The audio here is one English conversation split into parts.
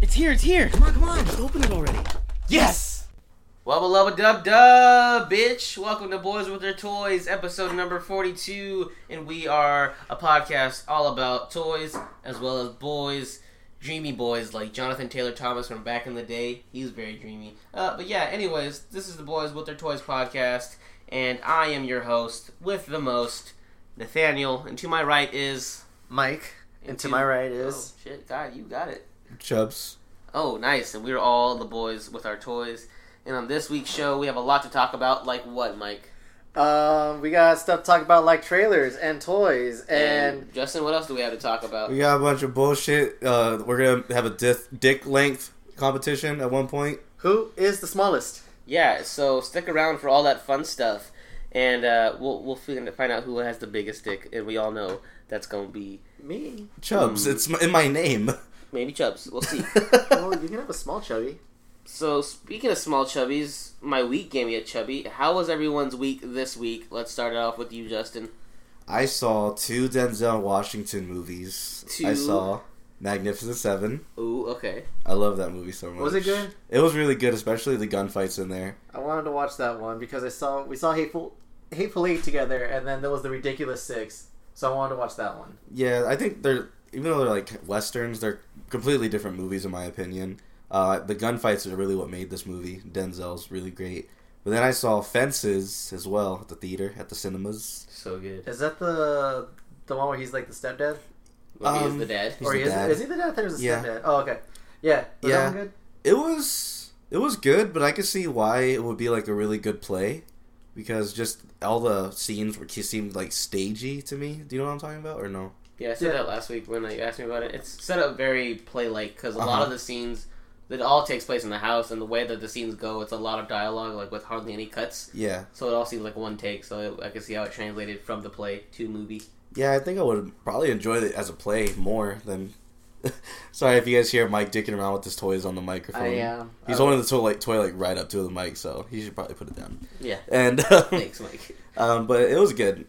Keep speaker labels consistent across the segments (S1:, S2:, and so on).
S1: It's here, it's here.
S2: Come on, come on. Just open it already.
S1: Yes! Wubba lubba dub dub, bitch. Welcome to Boys with Their Toys, episode number 42. And we are a podcast all about toys as well as boys. Dreamy boys like Jonathan Taylor Thomas from back in the day. He was very dreamy. Uh, but yeah, anyways, this is the Boys with Their Toys podcast. And I am your host with the most, Nathaniel. And to my right is.
S2: Mike, and to my right is
S1: Oh, shit, God, you got it.
S2: Chubbs.
S1: Oh, nice. And we are all the boys with our toys. And on this week's show, we have a lot to talk about. Like what, Mike?
S2: Um, we got stuff to talk about like trailers and toys and
S1: Justin, what else do we have to talk about?
S3: We got a bunch of bullshit. Uh, we're gonna have a dis- dick length competition at one point.
S2: who is the smallest?
S1: Yeah, so stick around for all that fun stuff. And uh, we'll, we'll fin- find out who has the biggest dick. And we all know that's going to be
S2: Me.
S3: Chubs, it's m- in my name.
S1: maybe Chubbs. We'll see.
S2: Well, you can have a small chubby.
S1: so, speaking of small chubbies, my week gave me a chubby. How was everyone's week this week? Let's start it off with you, Justin.
S3: I saw two Denzel Washington movies.
S1: Two?
S3: I saw Magnificent Seven.
S1: Ooh, okay.
S3: I love that movie so much.
S2: Was it good?
S3: It was really good, especially the gunfights in there.
S2: I wanted to watch that one because I saw we saw hateful hateful eight together, and then there was the ridiculous six. So I wanted to watch that one.
S3: Yeah, I think they're even though they're like westerns, they're completely different movies in my opinion. Uh, the gunfights are really what made this movie. Denzel's really great. But then I saw Fences as well at the theater, at the cinemas.
S1: So good.
S2: Is that the the one where he's like the stepdad,
S1: Well, he is
S3: Um,
S1: the dad.
S3: He's
S2: or
S3: the
S2: he is,
S3: dad.
S2: is he the dad or is he the
S3: Yeah.
S2: stepdad? Oh, okay. Yeah. Was
S3: Yeah.
S2: That one good?
S3: it was it was good, but I could see why it would be like a really good play because just all the scenes were seemed like stagey to me. Do you know what I'm talking about or no?
S1: Yeah, I said
S2: Yeah.
S1: that last week when like, you asked me about it. It's set up very play like because a lot
S3: Uh-huh.
S1: of the scenes that all takes place in the house and the way that the scenes go, it's a lot of dialogue like with hardly any cuts.
S3: Yeah,
S1: So it all seems like one take. So I I can see how it translated from the play to movie.
S3: yeah. I think I would probably enjoy it as a play more than. Sorry if you guys hear Mike dicking around with his toys on the microphone.
S2: uh,
S3: He's holding the toy like toy like right up to the mic, so he should probably put it down.
S1: Yeah.
S3: And
S1: Thanks, Mike.
S3: Um, but it was good.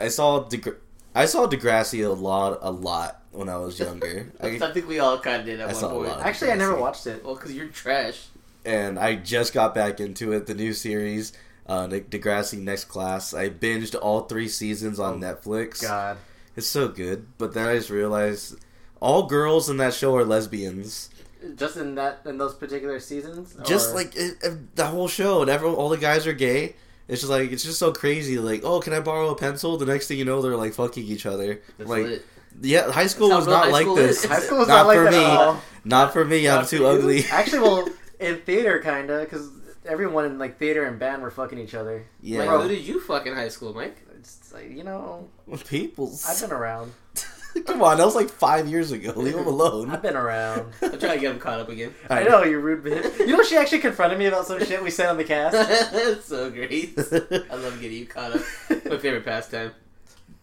S3: I saw Degr- I saw Degrassi a lot, a lot when I was younger,
S1: I,
S3: I,
S1: think we all kind of did at
S3: I saw a
S1: one
S3: lot
S1: point.
S3: of-
S2: Uh, Actually, I never watched it.
S1: Well, because you're trash.
S3: and I just got back into it. The new series, uh, De- Degrassi Next Class. I binged all three seasons
S1: Oh,
S3: on Netflix.
S2: God.
S3: It's so good. But then I just realized all girls in that show are lesbians.
S2: Just in that in those particular seasons.
S3: Just
S2: or-
S3: like it, it- the whole show, and everyone, all the guys are gay. It's just like it's just so crazy. Like, oh, can I borrow a pencil? The next thing you know, they're like fucking each other.
S1: That's
S3: like,
S1: lit.
S3: Yeah, high school
S1: That's
S3: was
S1: how real
S3: not
S1: high
S3: like
S1: school
S3: this.
S1: is.
S2: high school was not, like
S3: for
S2: that at
S3: me.
S2: all.
S3: Not for me. I'm
S1: Not for
S3: too
S1: you?
S3: ugly.
S2: Actually, well, in theater, kinda, because everyone in like theater and band were fucking each other.
S1: Like,
S3: yeah,
S1: who did you fuck in high school, Mike?
S2: It's like you know, I've
S3: peoples.
S2: been around.
S3: Come on, that was like five years ago. Leave him alone.
S2: I've been around.
S1: Um, I'm trying to get him caught up again.
S2: I know you rude bitch. You know she actually confronted me about some shit we said on the cast.
S1: That's so great. I love getting you caught up. My favorite pastime.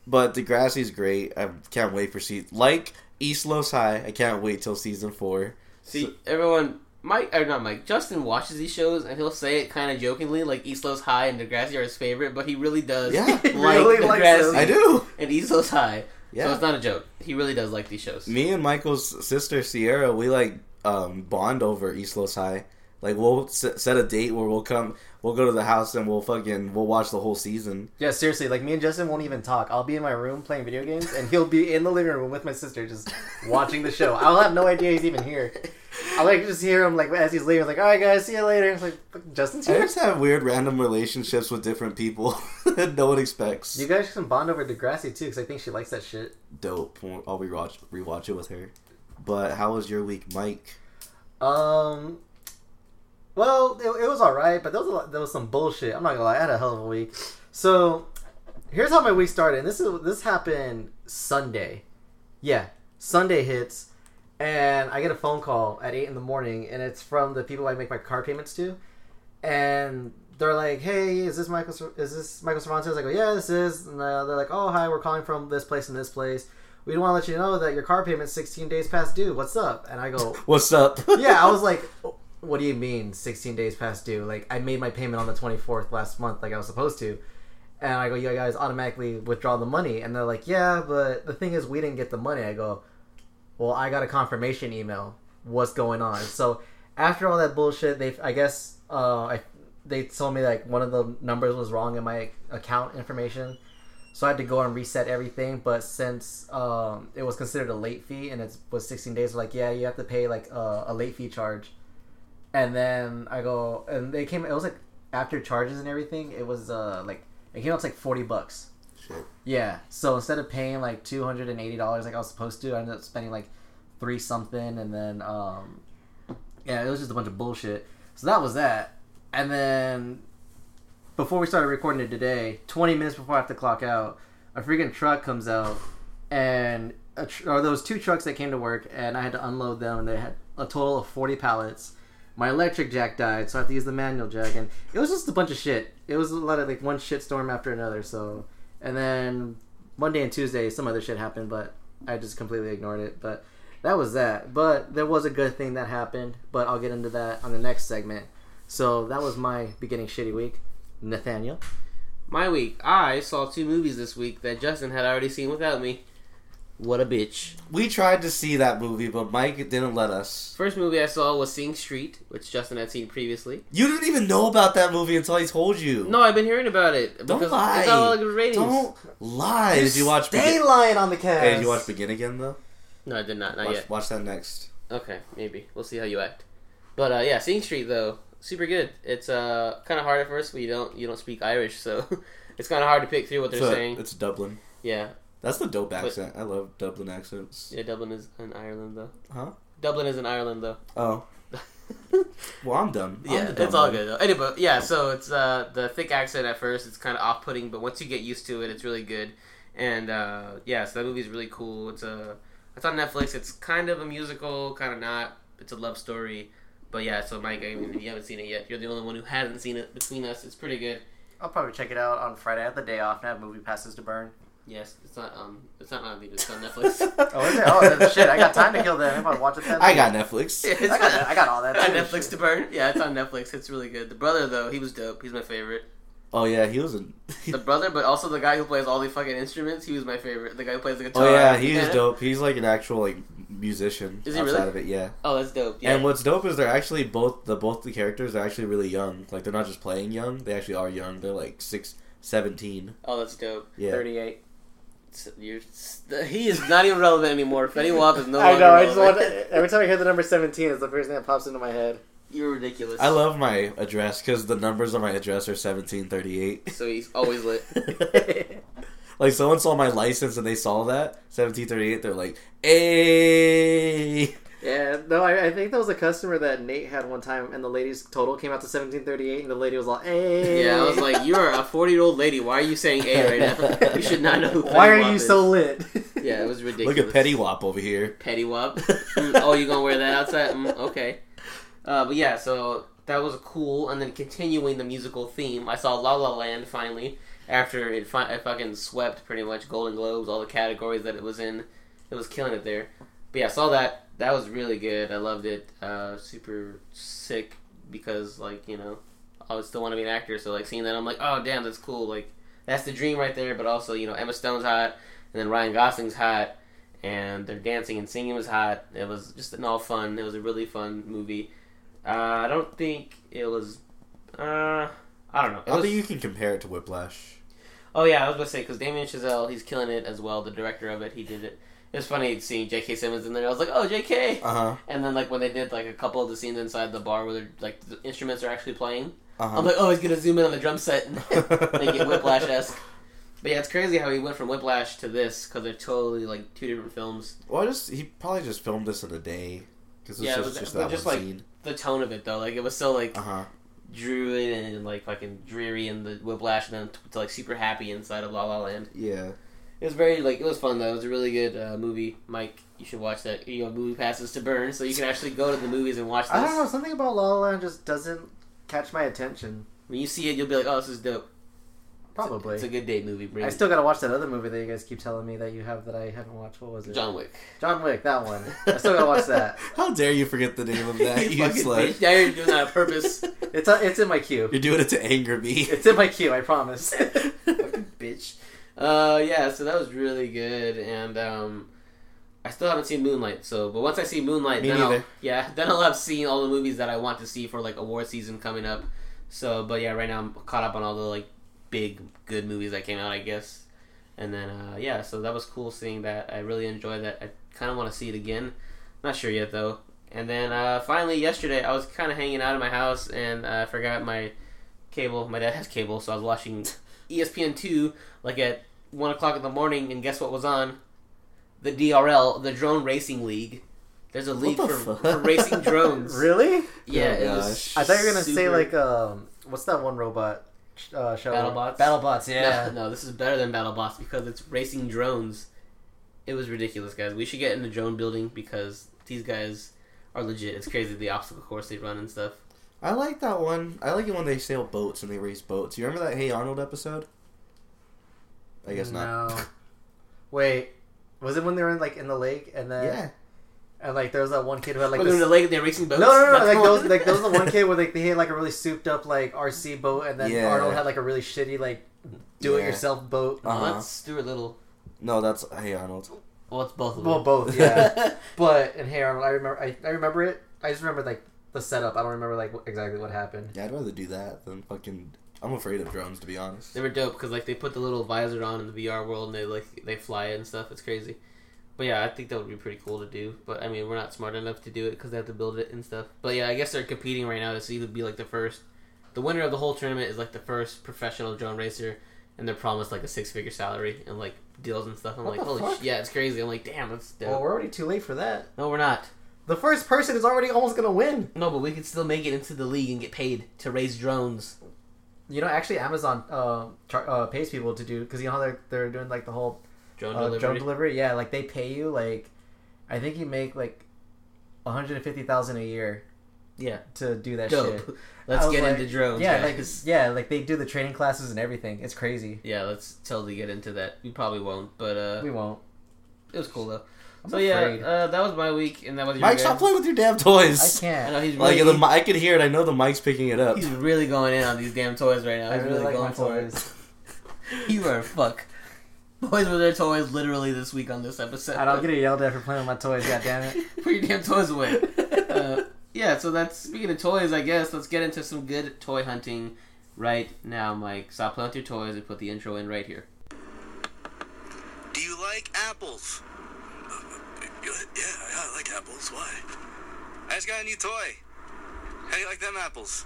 S3: But Degrassi's great. I can't wait for season. Like East Los High, I can't wait till season four.
S1: See, everyone, Mike, or not Mike, Justin watches these shows and he'll say it kind of jokingly, like Islos High and Degrassi are his favorite, but he really does.
S3: Yeah.
S2: He
S1: Like
S2: really likes
S1: Degrassi.
S2: them.
S3: I do.
S1: And Islos High. So
S3: Yeah.
S1: it's not a joke. He really does like these shows.
S3: Me and Michael's sister Sierra, we like um, bond over East Los High. Like we'll s- set a date where we'll come, we'll go to the house and we'll fucking we'll watch the whole season.
S2: Yeah, seriously. Like me and Justin won't even talk. I'll be in my room playing video games, and he'll be in the living room with my sister, just watching the show. I'll have no idea he's even here. I like just hear him like as he's leaving. Like, all right, guys, see you later. It's like Justin's
S3: I
S2: here.
S3: just have weird random relationships with different people that no one expects.
S2: You guys can bond over Degrassi too, because I think she likes that shit.
S3: dope. I'll rewatch rewatch it with her. But how was your week, Mike?
S2: Um, well, it, it was all right, but there was a lot, there was some bullshit. I'm not gonna lie, I had a hell of a week. So here's how my week started. And this is this happened Sunday. Yeah, Sunday hits, and I get a phone call at eight in the morning, and it's from the people I make my car payments to, and they're like, "Hey, is this Michael? Cer- Is this Michael Cervantes?" I go, "Yeah, this is." And uh, they're like, "Oh, hi, we're calling from this place and this place." We want to let you know that your car payment's 16 days past due. What's up? And I go,
S3: What's up?
S2: yeah, I was like, "Oh, what do you mean 16 days past due? Like, I made my payment on the 24th last month, like I was supposed to. And I go, you guys automatically withdraw the money. And they're like, yeah, but the thing is, we didn't get the money. I go, well, I got a confirmation email what's going on. So after all that bullshit, they I guess uh, I, they told me like one of the numbers was wrong in my account information, so I had to go and reset everything. But since um, it was considered a late fee and it was 16 days, like yeah, you have to pay like uh, a late fee charge. And then I go and they came. It was like after charges and everything. It was uh like it came out to like 40 bucks.
S3: Shit.
S2: Yeah. So instead of paying like two hundred and eighty dollars like I was supposed to, I ended up spending like three something, and then um, yeah, it was just a bunch of bullshit. So that was that. And then before we started recording it today, twenty minutes before I have to clock out, a freaking truck comes out, and a tr- or those two trucks that came to work, and I had to unload them, and they had a total of forty pallets. My electric jack died, so I had to use the manual jack, and it was just a bunch of shit. It was a lot of like one shit storm after another. So and then Monday and Tuesday, some other shit happened, but I just completely ignored it. But that was that. But there was a good thing that happened, but I'll get into that on the next segment. So that was my beginning shitty week. Nathaniel.
S1: My week, I saw two movies this week that Justin had already seen without me. What a bitch.
S3: We tried to see that movie, but Mike didn't let us.
S1: First movie I saw was Sing Street, which Justin had seen previously.
S3: You didn't even know about that movie until I told you.
S1: No, I've been hearing about it.
S3: Don't
S1: because
S3: lie.
S1: It's all like ratings.
S3: Don't lie. Did you watch?
S2: Stay
S3: Begin-
S2: lying on the cast.
S3: hey, did you watch Begin Again though?
S1: No, I did not. Not
S3: Watch,
S1: yet.
S3: watch that next.
S1: Okay, maybe. We'll see how you act. But uh, yeah, Sing Street though, super good. It's uh kind of hard at first when you don't you don't speak Irish, so it's kind of hard to pick through what they're
S3: So, uh,
S1: saying.
S3: It's Dublin.
S1: Yeah,
S3: That's the dope accent. I love Dublin accents.
S1: yeah. Dublin is in Ireland though.
S3: Huh?
S1: Dublin is in Ireland though.
S3: Oh, well, I'm done. I'm
S1: yeah,
S3: the dumb
S1: it's all
S3: one.
S1: good though. Anyway, yeah. So it's uh the thick accent at first, it's kind of off putting, but once you get used to it, it's really good. And uh, yeah, so that movie's really cool. It's a it's on Netflix. It's kind of a musical, kind of not. It's a love story. But yeah, so Mike, I mean, if you haven't seen it yet, you're the only one who hasn't seen it between us. It's pretty good.
S2: I'll probably check it out on Friday. I have the day off and I have movie passes to burn.
S1: Yes, it's not um, it's not on Netflix. It's on Netflix.
S2: Oh, is it? Oh, then shit, I got time to kill then if I watch it then.
S3: I got Netflix.
S1: Yeah, it's
S2: I got- I got all that
S1: on
S2: too.
S1: Netflix to burn. Yeah, it's on Netflix. It's really good. The brother though, he was dope. He's my favorite.
S3: Oh yeah, he was. in
S1: The brother, but also the guy who plays all the fucking instruments. He was my favorite. The guy who plays the guitar.
S3: oh yeah, he's
S1: Yeah.
S3: dope. He's like an actual like musician
S1: Is he
S3: outside
S1: really?
S3: of it. Yeah.
S1: Oh, that's dope. Yeah.
S3: And what's dope is they're actually both the both the characters are actually really young. Like they're not just playing young; they actually are young. They're like six, 17.
S1: oh, that's dope.
S3: Yeah.
S1: Thirty-eight. S- You're, s- he is not even relevant anymore. Fetty Wap is no longer. relevant.
S2: every time I hear the number 17, it's the first thing that pops into my head.
S1: You're ridiculous.
S3: I love my address because the numbers on my address are seventeen thirty eight.
S1: So he's always lit.
S3: like someone saw my license and they saw that seventeen thirty eight. They're like, "Hey,
S2: Yeah, no, I, I think that was a customer that Nate had one time, and the lady's total came out to seventeen thirty eight, and the lady was like, "Hey,
S1: Yeah, I was like, you are a forty-year-old lady. Why are you saying A right now? You should not know. Who
S2: why
S1: Fetty
S2: are
S1: Wap
S2: you
S1: is.
S2: so lit?"
S1: Yeah, it was ridiculous.
S3: look at Petty Wop over here."
S1: Petty Wop. Mm, oh, you gonna wear that outside? Mm, okay. Uh, but yeah, so that was cool. And then continuing the musical theme, I saw La La Land finally after it, fi- it fucking swept pretty much Golden Globes, all the categories that it was in. It was killing it there. But yeah, I saw that. That was really good. I loved it. Uh, super sick because like you know, I would still want to be an actor. So like seeing that, I'm like, oh damn, that's cool. Like that's the dream right there. But also you know, Emma Stone's hot, and then Ryan Gosling's hot and their dancing and singing was hot. It was just an all fun. It was a really fun movie. Uh, I don't think it was. Uh, I don't know. It
S3: I don't
S1: was,
S3: think you can compare it to Whiplash.
S1: oh yeah, I was gonna say because Damien Chazelle, he's killing it as well. The director of it, he did it. It was funny seeing J.K. Simmons in there. I was like, oh J.K.
S3: Uh huh.
S1: And then like when they did like a couple of the scenes inside the bar where they're, like the instruments are actually playing, I'm
S3: Uh
S1: like, oh, he's gonna zoom in on the drum set and
S3: huh.
S1: make it Whiplash esque. But yeah, it's crazy how he went from Whiplash to this because they're totally like two different films.
S3: Well, I just he probably just filmed this in a day because it's
S1: Yeah,
S3: just,
S1: but-
S3: just
S1: but
S3: that
S1: just,
S3: one
S1: like,
S3: scene.
S1: The tone of it though, like it was so like
S3: Uh huh.
S1: druid and like fucking dreary and the whiplash and then t- to, like super happy inside of La La Land.
S3: Yeah.
S1: It was very like it was fun though. It was a really good uh, movie. Mike, you should watch that. You know, movie passes to burn, so you can actually go to the movies and watch this.
S2: I don't know, something about La La Land just doesn't catch my attention.
S1: When you see it, you'll be like, "Oh, this is dope." It's a-
S2: Probably,
S1: it's a, good date movie. Bring
S2: I still gotta watch that other movie that you guys keep telling me that you have that I haven't watched. What was
S1: it.
S2: it?
S1: John Wick.
S2: John Wick, that one. I still gotta watch that.
S3: How dare you forget the name of that? you
S1: fucking
S3: slut.
S1: bitch. Yeah, you're doing that on purpose.
S2: It's a, it's in my queue.
S3: You're doing it to anger me.
S2: It's in my queue. I promise.
S1: Fucking bitch. Uh, yeah, so that was really good, and um, I still haven't seen Moonlight, so but once I see Moonlight,
S3: Me
S1: then I'll,
S3: neither.
S1: yeah, then I'll have seen all the movies that I want to see for like award season coming up. So, but yeah, right now I'm caught up on all the like big good movies that came out, I guess. And then uh, yeah, so that was cool seeing that. I really enjoyed that. I kind of want to see it again. Not sure yet though. And then uh, finally yesterday, I was kind of hanging out in my house and uh, I forgot my cable. My dad has cable, so I was watching E ESPN two like at one o'clock in the morning. And guess what was on? The DRL, the Drone Racing League. There's a league
S3: the
S1: for,
S3: fuck?
S1: for racing drones.
S2: Really?
S1: Yeah,
S3: Oh,
S1: it was
S3: gosh.
S2: I thought you were gonna say
S1: super-
S2: like um, what's that one robot? Uh, show?
S1: BattleBots?
S2: BattleBots.
S1: No,
S2: Yeah.
S1: No, this is better than BattleBots because it's racing drones. It was ridiculous, guys. We should get in the drone building because these guys are legit. It's crazy the obstacle course they run and stuff.
S3: I like that one. I like it when they sail boats and they race boats. You remember that Hey Arnold episode? I guess not.
S2: No. Wait, was it when they were in, like in the lake and then
S3: Yeah.
S2: and like there was that one kid who had like
S1: Like
S2: this-
S1: in the lake, they're racing boats.
S2: No, no, no!
S1: That's
S2: Like
S1: the
S2: those,
S1: one.
S2: like those, the one kid where like they had like a really souped up like RC boat, and then
S3: Yeah.
S2: Arnold had like a really shitty like do it yourself boat.
S1: No,
S3: Uh-huh.
S1: that's Stuart Little.
S3: No, that's Hey Arnold.
S1: Well, it's both of them.
S2: Well, both, yeah. but and hey Arnold, I remember, I, I remember it. I just remember like the setup. I don't remember like wh- exactly what happened.
S3: Yeah, I'd rather do that than fucking. I'm afraid of drones, to be honest.
S1: They were dope because like they put the little visor on in the VR world and they like they fly it and stuff. It's crazy. But yeah, I think that would be pretty cool to do. But I mean, we're not smart enough to do it because they have to build it and stuff. But yeah, I guess they're competing right now to see who'd be like the first. The winner of the whole tournament is like the first professional drone racer, and they're promised like a six-figure salary and like deals and stuff. I'm
S2: What
S1: like,
S2: the
S1: holy
S2: fuck?
S1: shit, yeah, it's crazy. I'm like, damn, that's dope.
S2: Well, we're already too late for that.
S1: no, we're not.
S2: The first person is already almost gonna win.
S1: No, but we could still make it into the league and get paid to raise drones.
S2: You know, actually, Amazon uh, char- uh, pays people to do because you know how they're they're doing like the whole
S1: Drone
S2: uh,
S1: delivery.
S2: drone delivery. Yeah, like they pay you like, I think you make like, one hundred and fifty thousand a year
S1: yeah,
S2: to do that shit.
S1: dope. Let's
S2: I was
S1: get
S2: like-
S1: into drones.
S2: Yeah,
S1: guys.
S2: like yeah, like they do the training classes and everything. It's crazy.
S1: Yeah, let's totally get into that. We probably won't, but uh,
S2: We won't.
S1: it was cool though.
S2: I'm
S1: so
S2: afraid.
S1: yeah, uh, that was my week, and that was your
S3: Mike,
S1: guys'.
S3: stop playing with your damn
S2: I
S3: toys.
S1: I
S2: can't.
S1: know he's
S3: Like
S1: really,
S3: the, mi- I could hear it. I know the mic's picking it up.
S1: he's really going in on these damn toys right now.
S2: I
S1: He's
S2: really
S1: really,
S2: like my
S1: going for it.
S2: toys.
S1: you are a fuck. Boys with their toys literally this week on this episode.
S2: I don't get yelled at for playing with my toys. God damn it.
S1: Put your damn toys away. Uh, yeah, so that's speaking of toys. I guess let's get into some good toy hunting right now, Mike. Stop playing with your toys and put the intro in right here.
S4: Do you like apples? Yeah, yeah, I like apples. Why? I just got a new toy. How do you like them apples?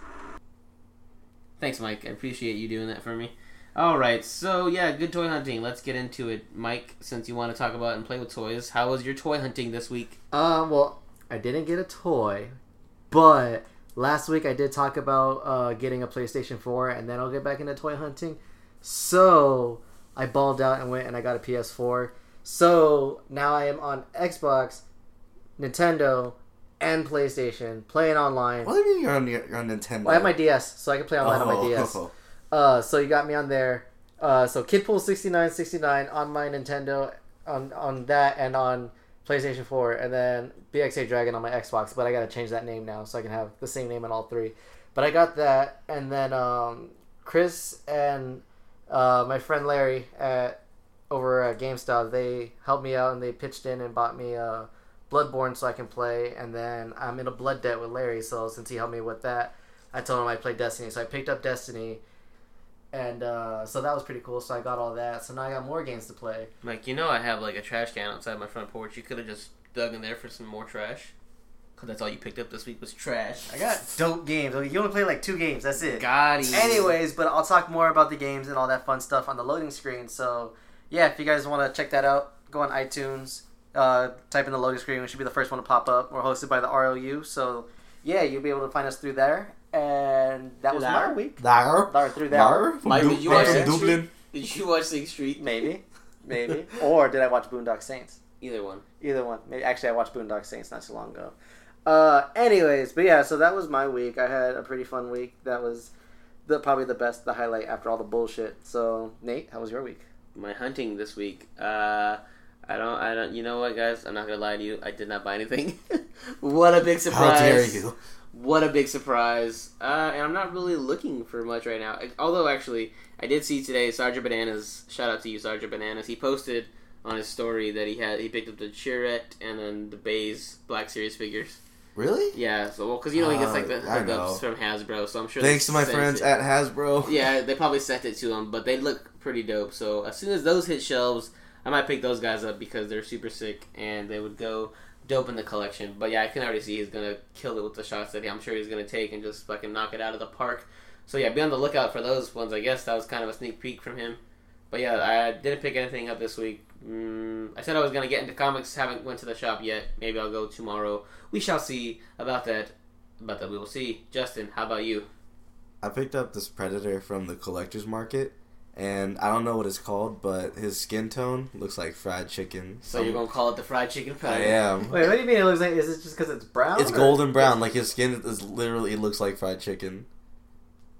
S1: Thanks, Mike. I appreciate you doing that for me. All right, so yeah, good toy hunting. Let's get into it, Mike. Since you want to talk about and play with toys, how was your toy hunting this week?
S2: Um, well, I didn't get a toy, but last week I did talk about uh, getting a PlayStation 4, and then I'll get back into toy hunting. So I balled out and went and I got a PS4. So now I am on Xbox, Nintendo, and PlayStation, playing online.
S3: What Oh. do you mean you're on, you're on Nintendo?
S2: Well, I have my DS, so I can play online on my DS. Uh, so you got me on there. Uh, so Kidpool sixty nine sixty nine on my Nintendo, on on that and on PlayStation Four, and then BXA Dragon on my Xbox. But I gotta change that name now so I can have the same name on all three. But I got that, and then um, Chris and uh, my friend Larry at over at GameStop, they helped me out and they pitched in and bought me uh, Bloodborne so I can play. And then I'm in a blood debt with Larry, so since he helped me with that, I told him I played Destiny. So I picked up Destiny, and uh, so that was pretty cool. So I got all that. So now I got more games to play.
S1: Mike, you know I have like a trash can outside my front porch. You could have just dug in there for some more trash, because that's all you picked up this week was trash.
S2: I got dope games. Like, you only play like two games. That's it.
S1: Gotti.
S2: Anyways, but I'll talk more about the games and all that fun stuff on the loading screen. So, yeah, if you guys want to check that out, go on iTunes, uh, type in the loading screen. We should be the first one to pop up. We're hosted by the ROU. So, yeah, you'll be able to find us through there. And that was my
S1: Lar.
S2: week.
S3: There.
S2: Lar, through there.
S3: There. From,
S1: Mike,
S3: Du-
S1: did you
S3: from
S2: watch that
S3: Dublin.
S1: Did you watch Sixth Street?
S2: Maybe. Maybe. or did I watch Boondock Saints?
S1: Either one.
S2: Either one. Maybe, actually, I watched Boondock Saints not so long ago. Uh, anyways, but yeah, so that was my week. I had a pretty fun week. That was the probably the best, the highlight after all the bullshit. So, Nate, how was your week?
S1: my hunting this week. Uh, I don't. I don't. You know what, guys? I'm not gonna lie to you. I did not buy anything. what a big surprise!
S3: How dare you?
S1: What a big surprise! Uh, and I'm not really looking for much right now. Although, actually, I did see today Sergeant Bananas. Shout out to you, Sergeant Bananas. He posted on his story that he had he picked up the Chirette and then the Bays Black Series figures.
S3: Really?
S1: Yeah, so well, because you know he gets like the
S3: Uh, I
S1: hookups
S3: know.
S1: from Hasbro, so I'm sure. they
S3: Thanks to my
S1: sent
S3: friends
S1: it-
S3: at Hasbro.
S1: yeah, they probably sent it to him, but they look pretty dope. So as soon as those hit shelves, I might pick those guys up because they're super sick and they would go dope in the collection. But yeah, I can already see he's gonna kill it with the shots that he, I'm sure he's gonna take and just fucking knock it out of the park. So yeah, be on the lookout for those ones. I guess that was kind of a sneak peek from him. But yeah, I didn't pick anything up this week. Mm, I said I was gonna get into comics. Haven't went to the shop yet. Maybe I'll go tomorrow. We shall see about that. About that, we will see. Justin, how about you?
S3: I picked up this predator from the collector's market, and I don't know what it's called, but his skin tone looks like fried chicken.
S1: So you're gonna call it the fried chicken
S3: Um, I
S1: patty?
S3: am.
S2: Wait, what do you mean it looks like? Is it just because it's brown?
S3: It's
S2: or-
S3: golden brown. Like his skin is literally it looks like fried chicken.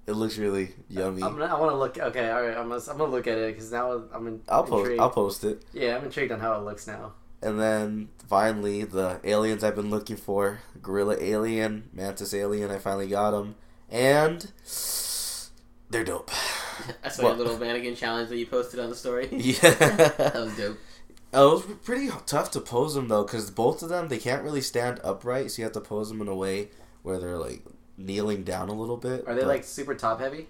S3: It looks really yummy.
S2: I'm gonna, I want to look. Okay, all right. I'm gonna, I'm gonna look at it because now I'm in,
S3: I'll post.
S2: intrigued.
S3: I'll post it.
S2: Yeah, I'm intrigued on how it looks now.
S3: And then finally, the aliens I've been looking for: gorilla alien, mantis alien. I finally got them, and they're dope.
S1: I saw your
S3: What?
S1: little mannequin challenge that you posted on the story. that
S3: Yeah.
S1: was dope.
S3: Oh, it was pretty tough to pose them though, because both of them they can't really stand upright, so you have to pose them in a way where they're like kneeling down a little bit.
S2: Are they
S3: But
S2: like super top heavy?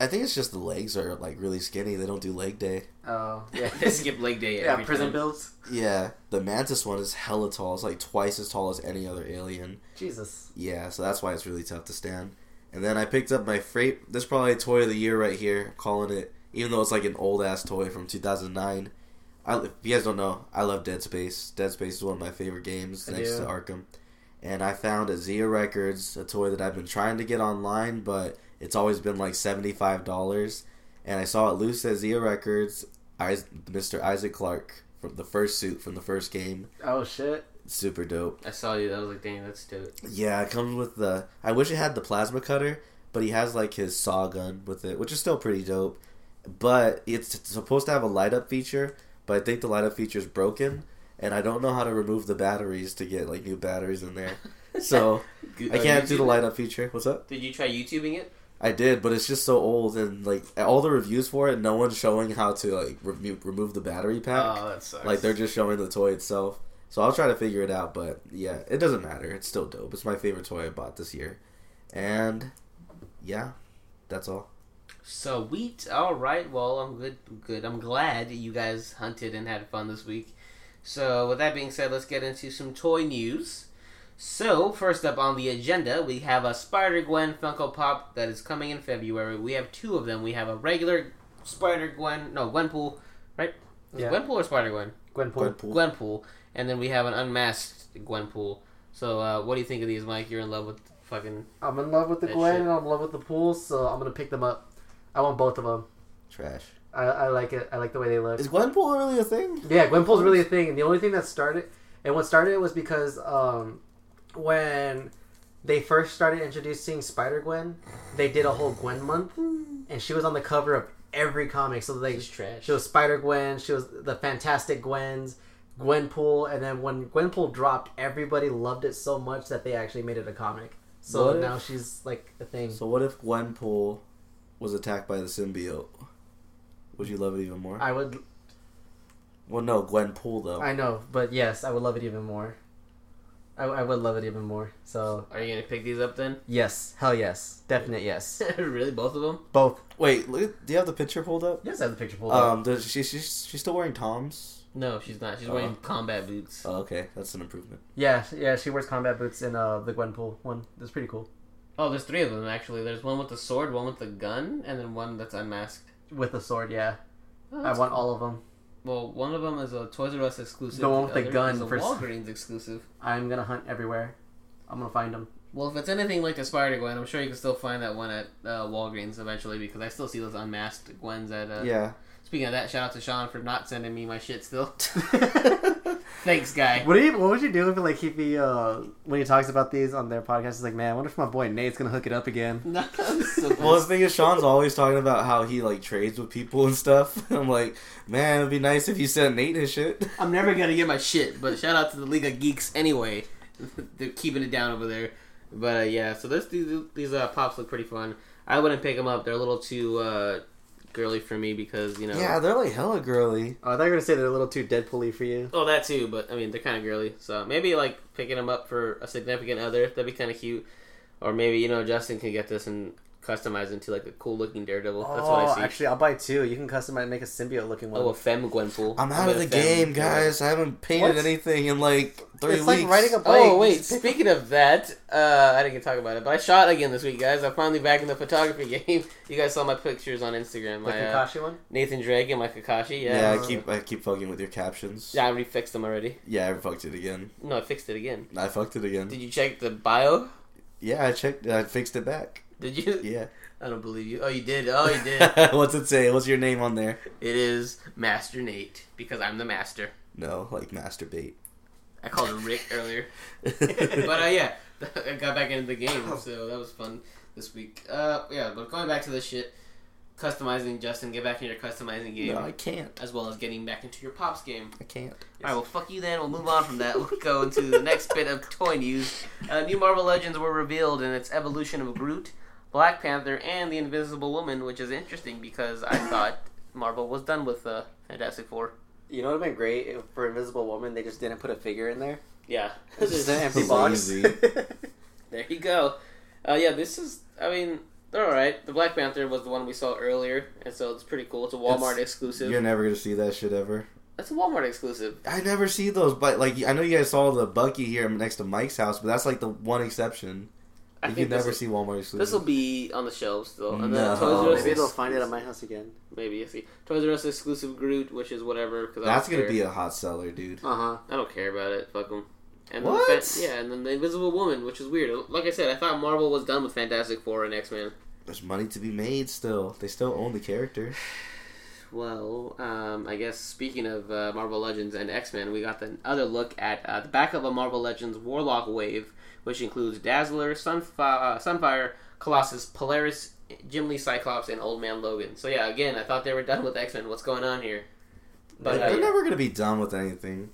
S3: I think it's just the legs are like really skinny. They don't do leg day.
S2: Oh yeah,
S1: Skip leg day.
S2: yeah.
S1: every
S2: Prison
S1: time.
S2: builds.
S3: Yeah, the mantis one is hella tall. It's like twice as tall as any other alien.
S2: Jesus.
S3: Yeah, so that's why it's really tough to stand. And then I picked up my freight. This is probably toy of the year right here. Calling it, even though it's like an old ass toy from 2009. I, if you guys don't know, I love Dead Space. Dead Space is one of my favorite games
S2: I
S3: next
S2: do.
S3: to Arkham. And I found at Zia Records a toy that I've been trying to get online, but it's always been like seventy five dollars. And I saw it loose at Zia Records. I, Mr. Isaac Clark from the first suit from the first game,
S2: Oh shit.
S3: super dope.
S1: I saw you. I was like, dang, that's dope.
S3: Yeah, it comes with the. I wish it had the plasma cutter, but he has like his saw gun with it, which is still pretty dope. But it's supposed to have a light up feature, but I think the light up feature is broken, and I don't know how to remove the batteries to get like new batteries in there. So I can't do the light up feature. What's up?
S1: Oh, Did you try YouTubing it?
S3: I did, but it's just so old, and like all the reviews for it, no one's showing how to like remo- remove the battery pack.
S2: Oh, that sucks.
S3: Like they're just showing the toy itself. So I'll try to figure it out, but yeah, it doesn't matter. It's still dope. It's my favorite toy I bought this year. And yeah, that's all.
S1: Sweet. All right. Well, I'm good. Good. I'm glad you guys hunted and had fun this week. So, with that being said, let's get into some toy news. So, first up on the agenda, we have a Spider Gwen Funko Pop that is coming in February. We have two of them. We have a regular Spider Gwen, no Gwenpool, right? Was it
S2: Yeah.
S1: Gwenpool or Spider Gwen?
S2: Gwenpool.
S1: Gwenpool, and then we have an unmasked Gwenpool. So, uh, what do you think of these, Mike? You're in love with fucking.
S2: I'm in love with the
S1: That
S2: Gwen
S1: shit.
S2: and I'm in love with the pool, so I'm gonna pick them up. I want both of them.
S3: Trash.
S2: I, I like it. I like the way they look.
S3: Is Gwenpool really a thing?
S2: Yeah, Gwenpool's really a thing, and the only thing that started and what started it was because um, when they first started introducing Spider Gwen, they did a whole Gwen month, and she was on the cover of every comic. So they
S1: She's trash.
S2: She was Spider Gwen. She was the Fantastic Gwen's. Gwenpool, and then when Gwenpool dropped, everybody loved it so much that they actually made it a comic. So
S3: What if-
S2: now she's like a thing.
S3: So what if Gwenpool was attacked by the symbiote? Would you love it even more?
S2: I would,
S3: well, no, Gwenpool though.
S2: I know, but yes, I would love it even more. I, I would love it even more. So
S1: Are you gonna pick these up then?
S2: Yes, hell yes, definite yes.
S1: really, both of them?
S2: Both.
S3: Wait, look, at- do you have the picture pulled up?
S2: Yes, I have the picture pulled up.
S3: Um, does she, she's she's still wearing Toms.
S1: No, she's not. She's
S3: Oh.
S1: wearing combat boots.
S3: Oh, okay, that's an improvement.
S2: Yeah, yeah, she wears combat boots in uh, the Gwenpool one. That's pretty cool.
S1: Oh, there's three of them actually. There's one with the sword, one with the gun, and then one that's unmasked.
S2: With the sword, yeah.
S1: Oh,
S2: I
S1: that's
S2: want
S1: cool.
S2: all of them.
S1: Well, one of them is a Toys R Us exclusive.
S2: The one with the
S1: other
S2: gun
S1: is a
S2: for-
S1: Walgreens exclusive.
S2: I'm gonna hunt everywhere. I'm gonna find them.
S1: Well, if it's anything like the Spider Gwen, I'm sure you can still find that one at uh, Walgreens eventually because I still see those unmasked Gwens at. Uh...
S3: Yeah.
S1: Speaking of that, shout out to Sean for not sending me my shit still. Thanks, guy.
S2: What do you? What would you do if like he be uh, when he talks about these on their podcast? He's like, man, I wonder if my boy Nate's gonna hook it up again.
S1: No, so
S3: Well, the thing is, Sean's always talking about how he like trades with people and stuff. I'm like, man, it'd be nice if you sent Nate his shit.
S1: I'm never gonna get my shit, but shout out to the League of Geeks anyway. They're keeping it down over there. But uh, yeah, so this these, these uh, pops look pretty fun. I wouldn't pick them up; they're a little too uh, girly for me because you know.
S3: Yeah, they're like hella girly.
S5: Oh, I thought you were gonna say they're a little too Deadpool-y for you.
S1: Oh, that too, but I mean they're kind of girly, so maybe like picking them up for a significant other that'd be kind of cute, or maybe you know Justin can get this and customize into like a cool looking Daredevil. That's what I
S5: oh,
S1: see.
S5: actually, I'll buy two. You can customize and make a symbiote looking one.
S1: oh, a femme Gwenpool.
S3: I'm out
S1: Maybe
S3: of
S1: a
S3: the
S1: femme
S3: game,
S1: Gwenpool.
S3: guys. I haven't painted
S5: What?
S3: anything in like three
S5: it's
S3: weeks.
S5: like riding a bike.
S1: Oh wait! Speaking of that, uh, I didn't get to talk about it, but I shot again this week, guys. I'm finally back in the photography game. You guys saw my pictures on Instagram.
S5: the
S1: My uh,
S5: Kakashi one.
S1: Nathan Drake and my Kakashi. Yeah,
S3: yeah, I keep I keep fucking with your captions.
S1: Yeah, I refixed them already.
S3: Yeah, I fucked it again.
S1: No, I fixed it again.
S3: I fucked it again.
S1: Did you check the bio?
S3: Yeah, I checked. I fixed it back.
S1: Did you?
S3: Yeah.
S1: I don't believe you. Oh, you did. Oh, you did.
S3: What's it say? What's your name on there?
S1: it is Master Nate because I'm the master.
S3: No, like masturbate.
S1: I called him Rick earlier, but uh, yeah, I got back into the game, so that was fun this week. Uh, yeah, but going back to this shit, customizing Justin, get back into your customizing game.
S3: no, I can't.
S1: as well as getting back into your pops game.
S3: I can't.
S1: All right, well, fuck you then. We'll move on from that. We'll go into the next bit of toy news. Uh, new Marvel Legends were revealed in its evolution of Groot, Black Panther, and the Invisible Woman, which is interesting because I thought Marvel was done with uh, Fantastic Four.
S5: You know what would have been great if for Invisible Woman they just didn't put a figure in there.
S1: Yeah.
S5: It's just an empty
S3: Lazy.
S5: box.
S1: There you go. Uh, yeah, this is. I mean, they're all right. The Black Panther was the one we saw earlier, and so it's pretty cool. It's a Walmart
S3: It's-
S1: exclusive.
S3: You're never gonna see that shit ever.
S1: That's a Walmart exclusive.
S3: I never see those, but like I know you guys saw the Bucky here next to Mike's house, but that's like the one exception.
S1: I
S3: you
S1: think
S3: can
S1: this
S3: never
S1: is-
S3: see Walmart exclusive.
S1: This will be on the shelves though, and then
S3: No.
S1: Toys R Us
S5: Oh, Maybe they'll
S1: is-
S5: find it at my house again.
S1: Maybe I see Toys R Us exclusive Groot, which is whatever. Cause
S3: That's
S1: I
S3: gonna
S1: don't
S3: be
S1: care.
S3: a hot seller, dude.
S5: Uh huh.
S1: I don't care about it. Fuck them. And
S3: What?
S1: Then the Fan- yeah, and then the Invisible Woman, which is weird. Like I said, I thought Marvel was done with Fantastic Four and X Men.
S3: There's money to be made still. They still own the character.
S1: Well, um, I guess speaking of uh, Marvel Legends and X Men, we got the other look at uh, the back of a Marvel Legends Warlock wave, which includes Dazzler, Sunfi- uh, Sunfire, Colossus, Polaris, Jim Lee, Cyclops, and Old Man Logan. So yeah, again, I thought they were done with X Men. What's going on here?
S3: But
S1: But uh,
S3: they're
S1: yeah.
S3: never gonna be done with anything.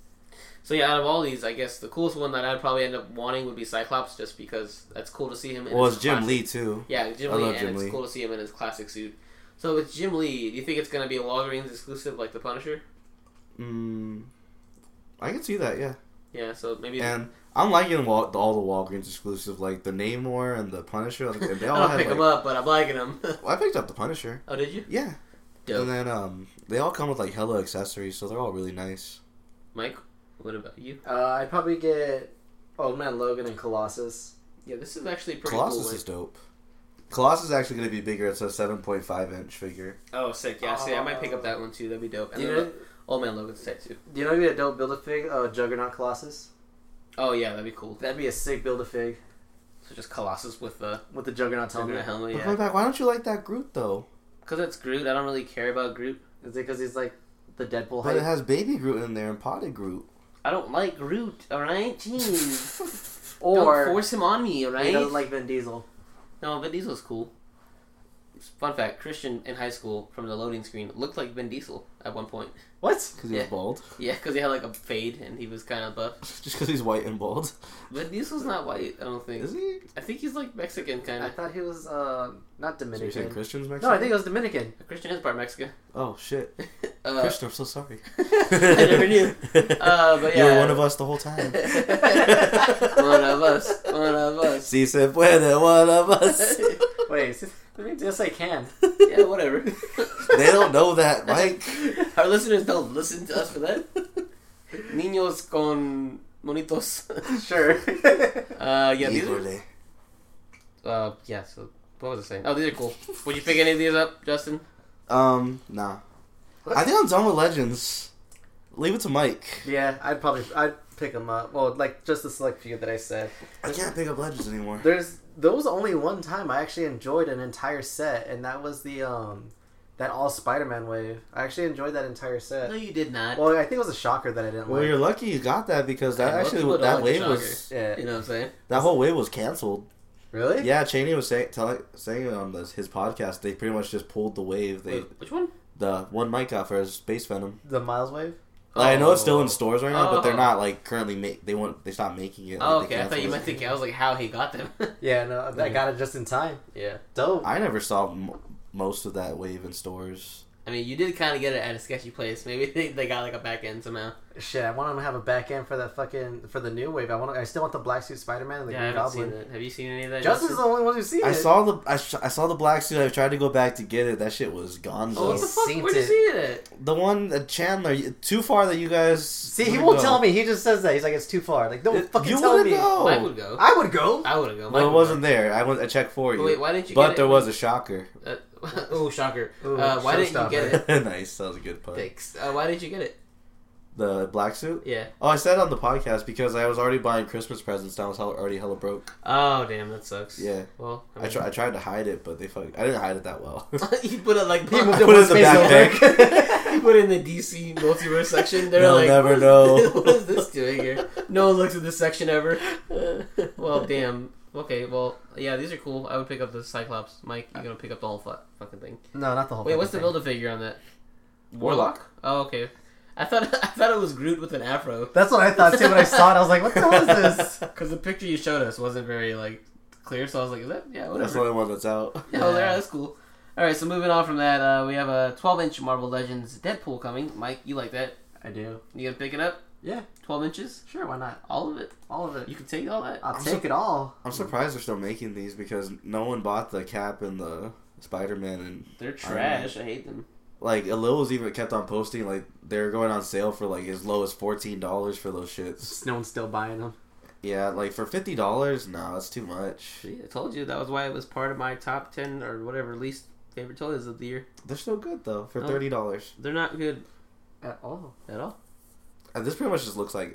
S1: So yeah, out of all these, I guess the coolest one that I'd probably end up wanting would be Cyclops, just because that's cool to see him. In
S3: Well,
S1: his
S3: it's Jim
S1: classic-
S3: Lee too.
S1: Yeah, Jim
S3: I
S1: Lee,
S3: love
S1: and
S3: Jim
S1: it's
S3: Lee.
S1: cool to see him in his classic suit. So it's Jim Lee. Do you think it's gonna be a Walgreens exclusive like the Punisher?
S3: Mm, I can see that, yeah.
S1: Yeah, so maybe.
S3: And I'm liking Wal- all the Walgreens exclusive, like the Namor and the Punisher. Like, they
S1: I
S3: all
S1: don't
S3: had,
S1: pick
S3: like,
S1: him up, but I'm liking him.
S3: Well, I picked up the Punisher.
S1: oh, did you?
S3: Yeah,
S1: Dope.
S3: and then um, they all come with like hella accessories, so they're all really nice.
S1: Mike, what about you?
S5: Uh, I'd probably get Old Man Logan and Colossus.
S1: Yeah, this is actually a pretty
S3: Colossus
S1: cool. one.
S3: is dope. Colossus is actually going to be bigger. It's a 7.5 inch figure.
S1: Oh, sick. Yeah, see, I might pick up that one too. That'd be dope. And
S5: Do you,
S1: then
S5: know,
S1: Old Man Logan's set too.
S5: do you know it'd be a dope build a fig? Uh, Juggernaut Colossus.
S1: Oh yeah, that'd be cool.
S5: That'd be a sick build a fig
S1: So just Colossus with uh, the
S5: with the Juggernaut
S1: helmet,
S5: helmet.
S1: helmet,
S3: But
S1: yeah.
S3: going back, why don't you like that Groot though?
S1: Because it's Groot. I don't really care about Groot.
S5: Is it because he's like the Deadpool
S3: But it
S5: height?
S3: has baby Groot in there and potted Groot.
S1: I don't like Groot, alright? Jeez.
S5: or
S1: don't force him on me, alright?
S5: he doesn't like Vin Diesel.
S1: no, Vin Diesel's cool. Fun fact Christian in high school, from the loading screen, looked like Vin Diesel at one point.
S5: What?
S3: Because he was
S1: Yeah.
S3: bald.
S1: Yeah, because he had like a fade and he was kind of buff.
S3: Just because he's white and bald.
S1: Vin Diesel's not white, I don't think.
S3: Is he?
S1: I think he's like Mexican, kind
S5: I
S1: of.
S5: thought he was uh not
S3: So you're saying
S5: Dominican.
S3: Christian's
S5: No,
S3: Mexican?
S5: I think it was Dominican.
S1: Christian is part Mexican.
S3: Oh, shit.
S1: Uh,
S3: Christian, I'm so sorry.
S1: I never knew. Uh, but
S3: You were
S1: yeah.
S3: one of us the whole time.
S1: One of us. One of us.
S3: Si se puede, one of us.
S5: Wait, is it- I mean, yes, I can.
S1: Yeah, whatever.
S3: they don't know that, Mike.
S1: Our listeners don't listen to us for that. Niños con monitos.
S5: Sure.
S1: Uh, yeah, these are,
S3: Híjole.
S1: uh, yeah. So what was I saying? Oh, these are cool. Would you pick any of these up, Justin?
S3: Um, nah. I think I'm done with Legends. Leave it to Mike.
S5: yeah, I'd probably I'd pick them up. Well, like just the select few that I said.
S3: I can't pick up Legends anymore.
S5: There's there was only one time I actually enjoyed an entire set, and that was the um that all Spider-Man wave. I actually enjoyed that entire
S1: No,
S5: set.
S1: you did not.
S5: Well, I think it was a shocker that I didn't
S3: Well,
S5: like.
S3: you're lucky you got that because that
S1: Yeah, most people
S3: actually
S1: don't
S3: that
S1: like
S3: wave
S1: the
S3: was
S5: Yeah.
S1: You know what I'm saying?
S3: that whole wave was canceled.
S5: Really?
S3: Yeah, Cheney was saying telling saying it on this, his podcast they pretty much just pulled the wave. They
S1: Wait, which one?
S3: the one Mike got for his Space Venom.
S5: The Miles wave.
S3: Like, I know it's still
S1: Oh.
S3: in stores right now, but they're
S1: Oh.
S3: not like currently make they want they stopped making it.
S1: Oh,
S3: like, they
S1: okay. I thought you
S3: canceled
S1: might
S3: it.
S1: think I was like how he got them.
S5: Yeah, no, I
S1: Yeah.
S5: got it just in time.
S1: yeah.
S5: Dope.
S3: I never saw m- most of that wave in stores.
S1: I mean, you did kind of get it at a sketchy place. Maybe they, they got like a back end somehow.
S5: Shit, I want them to have a back end for that fucking for the new wave. I want. I still want the black suit Spider Man and the
S1: Yeah, I
S5: Green
S1: haven't seen
S5: Goblin.
S1: it. Have you seen any of that?
S5: Justin's the only one who's seen
S3: I
S5: it.
S3: saw the I, sh- I saw the black suit. I tried to go back to get it. That shit was gone.
S1: Oh, what the
S5: He's
S1: fuck?
S5: seen
S1: Where'd you
S5: it.
S1: see it
S3: The one that Chandler too far that you guys
S5: See, he
S3: wouldn't
S5: won't
S3: go.
S5: tell me. He just says that. He's like, it's too far. Like, don't
S3: It-
S5: fucking
S3: you
S5: tell
S3: wouldn't
S5: me.
S1: at?
S3: Know.
S1: Mike would go.
S5: I would go.
S1: I would have go. Mike
S3: Well, it
S1: would
S3: wasn't there. I went. I checked for
S1: Go.
S3: you.
S1: Wait, why didn't you?
S3: but
S1: get
S3: there
S1: it?
S3: was a shocker.
S1: Uh, oh, shocker.
S5: Ooh,
S1: uh, why didn't you get it?
S5: showstopper.
S3: nice. That was a good pun.
S1: Thanks. Uh, why didn't you get it?
S3: The black suit.
S1: Yeah.
S3: Oh, I said on the podcast because I was already buying Christmas presents. and I was hell- already hella broke.
S1: Oh, damn, that sucks.
S3: Yeah.
S1: Well, I,
S3: I, try, I tried to hide it, but they fuck. I didn't hide it that well.
S1: you put it like
S5: He moved
S3: I
S5: it
S3: put it
S5: one
S3: in the
S5: space
S3: backpack.
S5: over.
S1: you put it in the DC multiverse section. They're
S3: They'll
S1: like,
S3: never
S1: what is-
S3: know."
S1: what is this doing here? No one looks at this section ever. well, damn. Okay, well, yeah, these are cool. I would pick up the Cyclops. Mike, you're gonna pick up the whole fu- fucking thing.
S5: no, not the whole.
S1: Wait, what's the
S5: fucking
S1: build a figure on that?
S3: Warlock?
S1: Oh, okay. I thought I thought it was Groot with an afro
S5: thing. That's what I thought too when I saw it. I was like, what the hell is this?
S1: because the picture you showed us wasn't very like clear. So I was like, is that yeah, whatever.
S3: That's the only one that's out.
S1: Yeah, well, there, that's cool. All right, so moving on from that, uh, we have a 12-inch Marvel Legends Deadpool coming. Mike, you like that?
S5: I do.
S1: You gonna pick it up?
S5: Yeah,
S1: 12 inches,
S5: sure. Why not?
S1: all of it.
S5: All of it.
S1: You can take all that.
S5: I'll
S3: I'm
S5: take
S3: so-
S5: it all.
S3: I'm surprised they're still making these because no one bought the Cap and the Spider Man and
S1: They're trash. I hate them.
S3: like Lil's even kept on posting like they're going on sale for like as low as fourteen dollars for those shits.
S5: Just No one's still buying them.
S3: Yeah, like for fifty dollars, no, that's too much.
S1: See, I told you that was why it was part of my top 10 or whatever least favorite toys of the year.
S3: They're still good though for
S1: Oh.
S3: thirty dollars.
S1: They're not good
S5: At all.
S1: at all.
S3: And this pretty much just looks like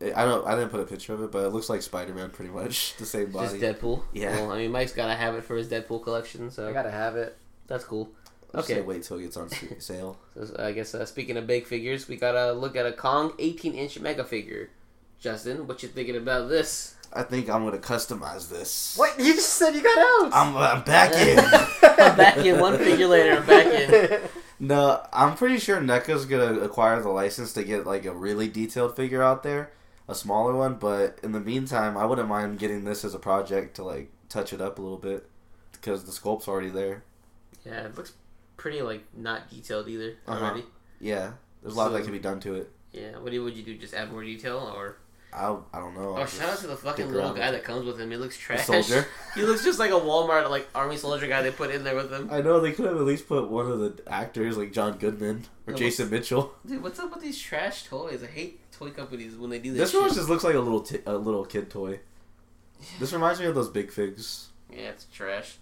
S3: eh, I don't I didn't put a picture of it, but it looks like Spider Man pretty much the same
S1: Just
S3: body.
S1: Deadpool.
S3: Yeah.
S1: Well, I mean, Mike's gotta have it for his Deadpool collection, so
S5: I gotta have it.
S1: that's cool.
S3: Just
S1: Okay.
S3: gotta wait till it gets on s- sale.
S1: So I guess uh, speaking of big figures, we gotta look at a Kong 18-inch mega figure. Justin, what you thinking about this?
S3: I think I'm gonna customize this.
S5: What you just said? You got out.
S3: I'm, I'm back in.
S1: I'm back in one figure later. I'm back in.
S3: No, I'm pretty sure NECA's gonna acquire the license to get like a really detailed figure out there, a smaller one. But in the meantime, I wouldn't mind getting this as a project to like touch it up a little bit because the sculpt's already there.
S1: Yeah, it looks pretty like not detailed either
S3: Uh-huh.
S1: already.
S3: Yeah, there's a lot that
S1: So-
S3: can be done to it.
S1: Yeah, what do, would you do? Just add more detail, or
S3: I I don't know.
S1: oh, shout out to the fucking
S3: dick
S1: little
S3: around
S1: guy
S3: with
S1: that comes with him. He looks trash.
S3: soldier?
S1: he looks just like a Walmart like army soldier guy they put in there with him.
S3: I know they could have at least put one of the actors like John Goodman or
S1: Yeah,
S3: Jason Mitchell.
S1: Dude, what's up with these trash toys? I hate toy companies when they do this.
S3: This one
S1: shit.
S3: just looks like a little t- a little kid toy. This reminds me of those big figs.
S1: yeah, it's trash.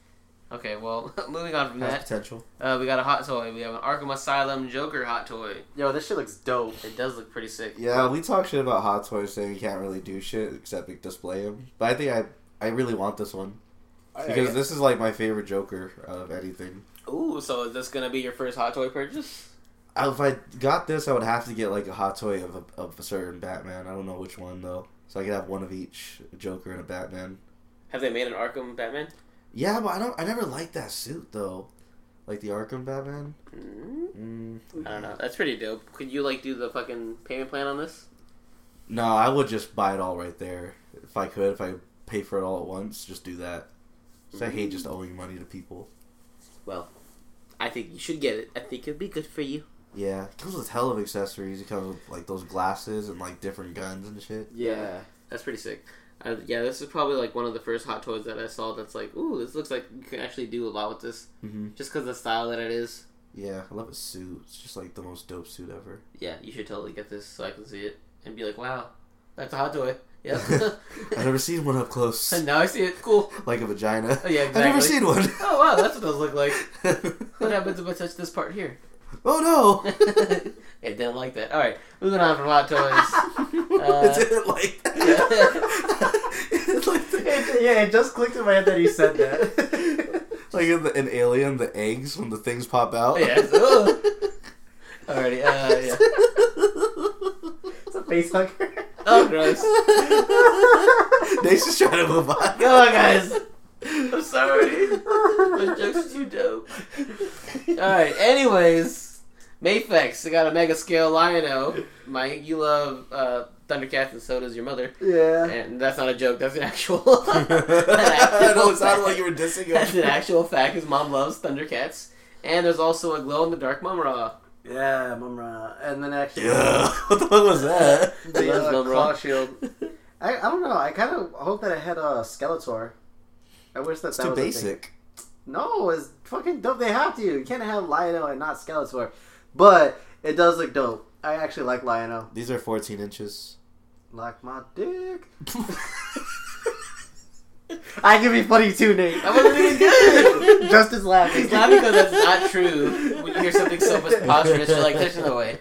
S1: Okay, well, moving on from
S3: Has
S1: that,
S3: potential.
S1: uh, we got a hot toy. We have an Arkham Asylum Joker hot toy.
S5: Yo, this shit looks dope.
S1: It does look pretty sick.
S3: Yeah, we talk shit about Hot Toys saying you can't really do shit except like, display him. But I think I I really want this one because this is like my favorite Joker of anything.
S1: Ooh, so is this gonna be your first hot toy purchase?
S3: I- If I got this, I would have to get like a Hot Toy of a, of a certain Batman. I don't know which one though, so I could have one of each a Joker and a Batman.
S1: Have they made an Arkham Batman?
S3: Yeah, but I don't. I never liked that suit though, like the Arkham Batman.
S1: Mm,
S3: Mm.
S1: I don't know. That's pretty dope. Could you like do the fucking payment plan on this?
S3: No, I would just buy it all right there if I could. If I pay for it all at once, just do that. 'Cause I hate just owing money to people.
S1: Well, I think you should get it. I think it'd be good for you.
S3: Yeah, it comes with hell of accessories. It comes with like those glasses and like different guns and shit.
S1: Yeah. That's pretty sick. I, yeah, this is probably like one of the first hot toys that I saw. That's like, ooh, this looks like you can actually do a lot with this,
S3: Mm-hmm.
S1: just because the style that it is.
S3: Yeah, I love his suit. It's just like the most dope suit ever.
S1: Yeah, you should totally get this so I can see it and be like, wow, that's a hot toy. Yeah.
S3: I've never seen one up close,
S1: and now I see it. Cool.
S3: like a vagina.
S1: Oh, yeah,
S3: I've never
S1: exactly.
S3: seen one.
S1: Oh wow, that's what those look like. What happens if I touch this part here?
S3: oh no!
S1: it didn't like that. All right, moving on from hot toys.
S3: it
S1: Uh,
S3: didn't like that. It's like, the-
S5: It- yeah, it just clicked in my head that he said that.
S3: like in, the, in Alien, the eggs when the things pop out.
S1: yeah. Oh. it's- ugh. Alrighty. Uh, yeah.
S5: it's a face hugger.
S1: Oh gross.
S3: Nate's just trying to move on.
S1: Come on, guys. I'm sorry. Those jokes are too dope. All right. Anyways, Mayfex. I got a mega scale Liono. Mike, you love uh, Thundercats and so does your mother.
S2: Yeah.
S1: And that's not a joke. That's an actual.
S3: I know it sounded like you were dissing
S1: That's an
S3: him.
S1: actual fact. His mom loves Thundercats, and there's also a glow in the dark Mumra.
S2: Yeah, Mumra. And then actually,
S3: Yeah, what the fuck was that?
S2: the
S1: Loves
S2: uh,
S1: Mumra.
S2: claw shield. I, I don't know. I kind of hope that it had a Skeletor. I wish that
S3: It's
S2: that
S3: too
S2: was a thing.
S3: basic.
S2: No, it's fucking dope. They have to. You can't have Lionel and not Skeletor. But it does look dope. I actually like Lionel.
S3: These are 14 inches.
S2: Like my dick. I can be funny too, Nate. I wasn't even good. Justin's laughing.
S1: It's not because that's not true. When you hear something so preposterous, you're like, "There's no way.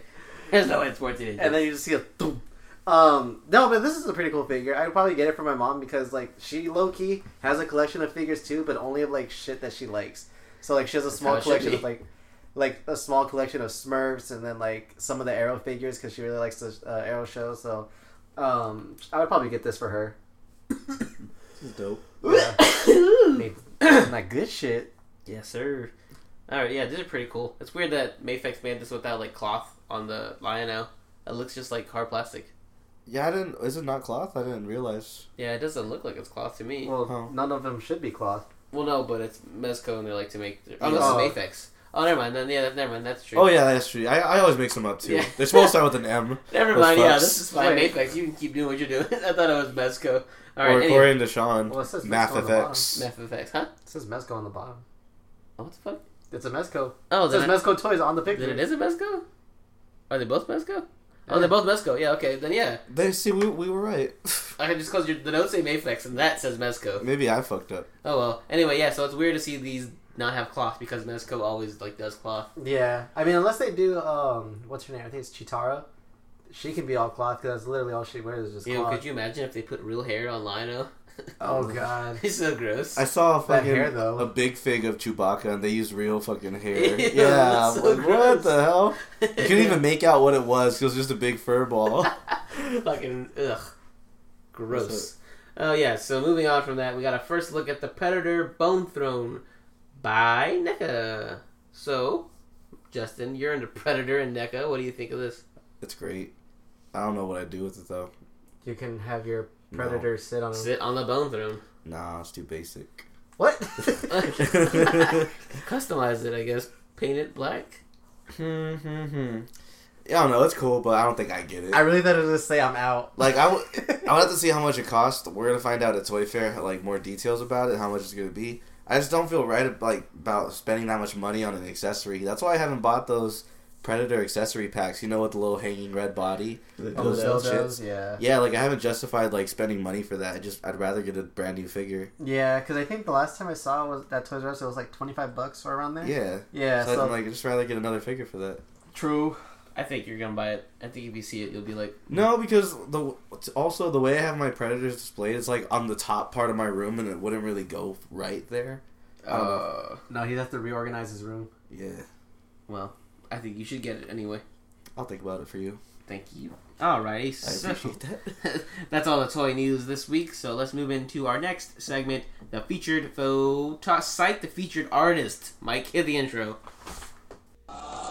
S1: There's no way it's worth it."
S2: and then you just see a thump. Um, no, but this is a pretty cool figure. I'd probably get it for my mom because like she low key has a collection of figures too, but only of like shit that she likes. So like she has a
S1: how
S2: small
S1: it should
S2: collection
S1: be.
S2: of like like a small collection of Smurfs and then like some of the Arrow figures because she really likes the uh, Arrow show. So um, I would probably get this for her.
S3: This is dope.
S2: Yeah. I mean, not good shit.
S1: yes, sir. All right, yeah, these are pretty cool. It's weird that Mayfex made this without like cloth on the Lionel. It looks just like hard plastic.
S3: Yeah, I didn't. Is it not cloth? I didn't realize.
S1: Yeah, it doesn't look like it's cloth to me. Well,
S2: Well,
S3: Oh.
S2: none of them should be cloth.
S1: no, but it's Mezco, and they like to make. Their, oh, no,
S2: Oh.
S1: this is Mayfex. Oh, never mind. Then yeah, that- never mind. That's true.
S3: Oh yeah, that's true. I, I always mix them up too.
S1: Yeah.
S3: They're supposed to start with an M.
S1: never
S3: Or
S1: mind. Yeah,
S3: Fox.
S1: this is fine.
S2: Wait.
S1: Mayfex, you can keep doing what you're doing. I thought it was Mezco. All
S3: or
S1: right, anyway,
S3: according to Sean,
S2: Well, it says
S3: Math
S2: mixed on the bottom.
S3: FX.
S1: Mezco, huh?
S2: It says Mezco on the bottom.
S1: Oh, what the fuck?
S2: It's a Mezco.
S1: Oh,
S2: It says
S1: then, I-
S2: Mezco toys on the picture.
S1: then it is a Mezco? Are they both Mezco?
S2: Yeah.
S1: Oh, they're both Mezco. Yeah, okay. Then yeah.
S3: They see we, we were right.
S1: I can just close your, the notes say Mayfex and that says Mezco.
S3: Maybe I fucked up.
S1: Oh, well. Anyway, yeah, so it's weird to see these not have cloth because Mezco always, like, does cloth.
S2: Yeah, I mean, unless they do, um, what's her name? I think it's Chitara. She can be all cloth because that's literally all she wears is just
S1: Ew,
S2: cloth.
S1: could you imagine if they put real hair on Lionel?
S2: Oh god.
S1: He's so gross.
S3: I saw a fucking
S2: hair, though.
S3: a big fig of Chewbacca, and they used real fucking hair.
S1: Ew,
S3: yeah,
S1: that's
S3: I'm
S1: so
S3: like, what
S1: gross.
S3: the hell? You couldn't even make out what it was. 'cause it was just a big fur ball.
S1: Fucking, ugh. Gross. Oh, yeah, so moving on from that, we got a first look at the Predator Bone Throne by NECA. So, Justin, you're into Predator and NECA. What do you think of this?
S3: it's great. I don't know what I'd do with it though.
S2: You can have your predator sit on him.
S1: Sit on the Bone Throne.
S3: Nah, it's too basic.
S2: What?
S1: Hmm, Customize it, I guess. Paint it black.
S3: Hmm, hmm, hmm. Yeah, I don't know. It's cool, but I don't think I get it.
S2: I really thought it was just say I'm out.
S3: Like I, w- I would have to see how much it costs. We're gonna find out at Toy Fair like more details about it, how much it's gonna be. I just don't feel right ab- like about spending that much money on an accessory. That's why I haven't bought those Predator accessory packs. You know, with the little hanging red body.
S2: Oh,
S3: Those
S2: those
S3: little shits.
S2: yeah.
S3: Yeah, like I haven't justified like spending money for that. I just I'd rather get a brand new figure.
S2: Yeah, because I think the last time I saw was that Toys R Us, it was like 25 bucks or around there.
S3: Yeah.
S2: Yeah,
S3: so,
S2: so,
S3: I'm like I'd just rather get another figure for that.
S2: true.
S1: I think you're gonna buy it. I think if you see it, you'll be like,
S3: No, because the also the way I have my Predators displayed is like on the top part of my room, and it wouldn't really go right there. I don't know.
S1: uh,
S2: No, he'd have to reorganize his room.
S3: Yeah,
S1: well, I think you should get it anyway.
S3: I'll think about it for you.
S1: Thank you. Alrighty,
S3: I
S1: so
S3: appreciate that.
S1: that's all the toy news this week. So let's move into our next segment, the featured photo site, the featured artist. Mike, hit the intro.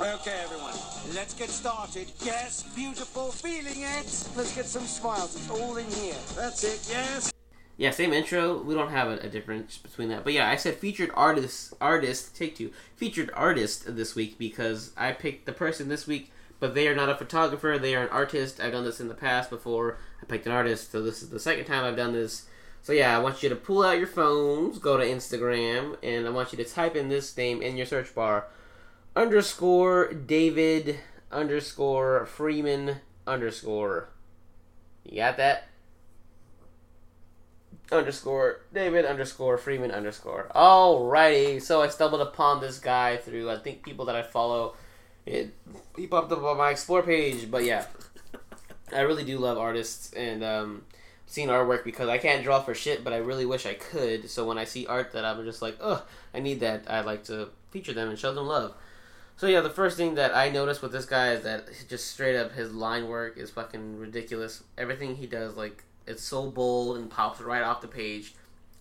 S6: Okay, everyone, let's get started. Yes, beautiful, feeling it. Let's get some smiles. It's all in here. That's it, yes.
S1: Yeah, same intro. We don't have a, a difference between that. But yeah, I said featured artist artist take two. Featured artist this week because I picked the person this week, but they are not a photographer, they are an artist. I've done this in the past before. I picked an artist, so this is the second time I've done this. So yeah, I want you to pull out your phones, go to Instagram, and I want you to type in this name in your search bar. Underscore David underscore Freeman underscore. You got that? underscore David underscore Freeman underscore. Alrighty, so I stumbled upon this guy through I think people that I follow. It he popped up on my explore page, but yeah, I really do love artists and um, seeing artwork because I can't draw for shit, but I really wish I could. So when I see art that I'm just like, oh, I need that. I like to feature them and show them love. So yeah, the first thing that I noticed with this guy is that just straight up his line work is fucking ridiculous. Everything he does, like it's so bold and pops right off the page.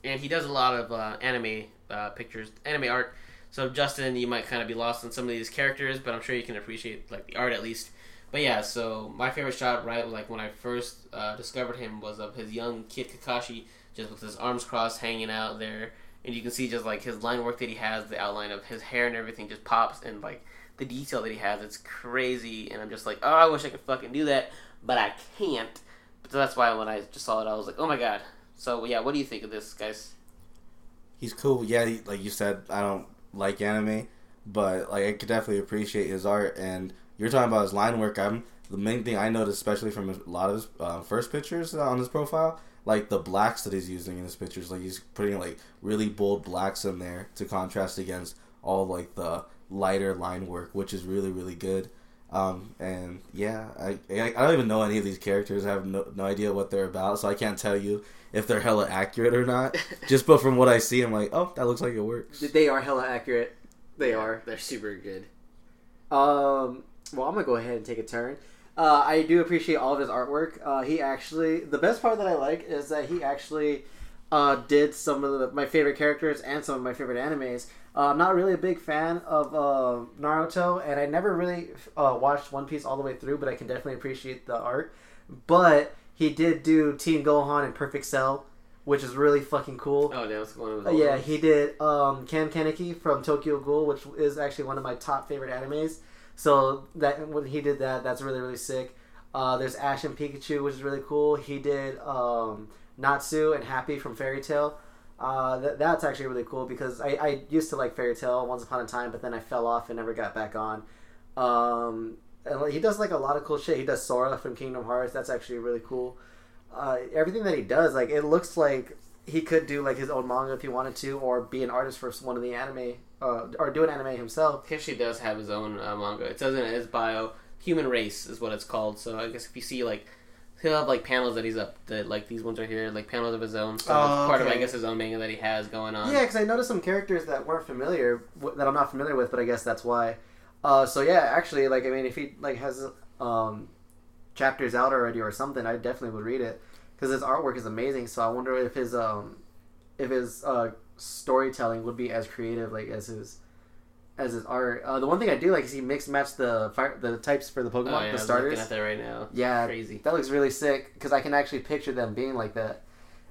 S1: And he does a lot of uh, anime uh, pictures, anime art. So Justin, you might kind of be lost on some of these characters, but I'm sure you can appreciate like the art at least. But yeah, so my favorite shot, right, like when I first uh, discovered him, was of his young kid Kakashi just with his arms crossed, hanging out there, and you can see just like his line work that he has, the outline of his hair and everything just pops, and like the detail that he has, it's crazy, and I'm just like, oh, I wish I could fucking do that, but I can't. So that's why when I just saw it, I was like, oh my god. So yeah, what do you think of this, guys?
S3: He's cool. Yeah, he- like you said, I don't like anime, but like I could definitely appreciate his art. And you're talking about his line work. I'm the main thing I noticed, especially from a lot of his uh, first pictures on his profile, like the blacks that he's using in his pictures. Like he's putting like really bold blacks in there to contrast against all like the lighter line work, which is really really good. Um, and yeah, I, I I don't even know any of these characters. I have no, no idea what they're about, so I can't tell you if they're hella accurate or not. Just but from what I see, I'm like, oh, that looks like it works.
S2: They are hella accurate. They are. They're super good. Um, well, I'm gonna go ahead and take a turn. Uh, I do appreciate all of his artwork. Uh, he actually, the best part that I like is that he actually uh, did some of the, my favorite characters and some of my favorite animes. Uh, I'm not really a big fan of uh, Naruto, and I never really uh, watched One Piece all the way through, but I can definitely appreciate the art. But he did do Team Gohan and Perfect Cell, which is really fucking cool.
S1: Oh, damn, what's going on with
S2: Uh,
S1: all
S2: yeah,
S1: of them?
S2: he did um, Cam Kaneki from Tokyo Ghoul, which is actually one of my top favorite animes. So that when he did that, that's really really sick. Uh, there's Ash and Pikachu, which is really cool. He did um, Natsu and Happy from Fairy Tail. Uh, that, that's actually really cool because I, I used to like Fairy Tail once upon a time, but then I fell off and never got back on. Um, and like, he does like a lot of cool shit. He does Sora from Kingdom Hearts. That's actually really cool uh, everything that he does, like it looks like he could do like his own manga if he wanted to, or be an artist for one of the anime, uh, or do an anime himself.
S1: Kishi does have his own uh, manga. It says in his bio, "Human Race" is what it's called. So I guess if you see like, he'll have like panels that he's up that like these ones are here, like panels of his own. So
S2: Oh,
S1: it's part of I
S2: okay.
S1: guess his own manga that he has going on.
S2: Yeah, because I noticed some characters that weren't familiar w- that I'm not familiar with, but I guess that's why. Uh, so yeah, actually, like I mean, if he like has um, chapters out already or something, I definitely would read it because his artwork is amazing. So I wonder if his um, if his uh, storytelling would be as creative like as his as his art. Uh, the one thing I do like is he mixed match the fire, the types for the
S1: Oh,
S2: Pokemon,
S1: yeah,
S2: the
S1: I am looking
S2: starters.
S1: at that right now.
S2: Yeah,
S1: Crazy.
S2: That looks really sick because I can actually picture them being like that.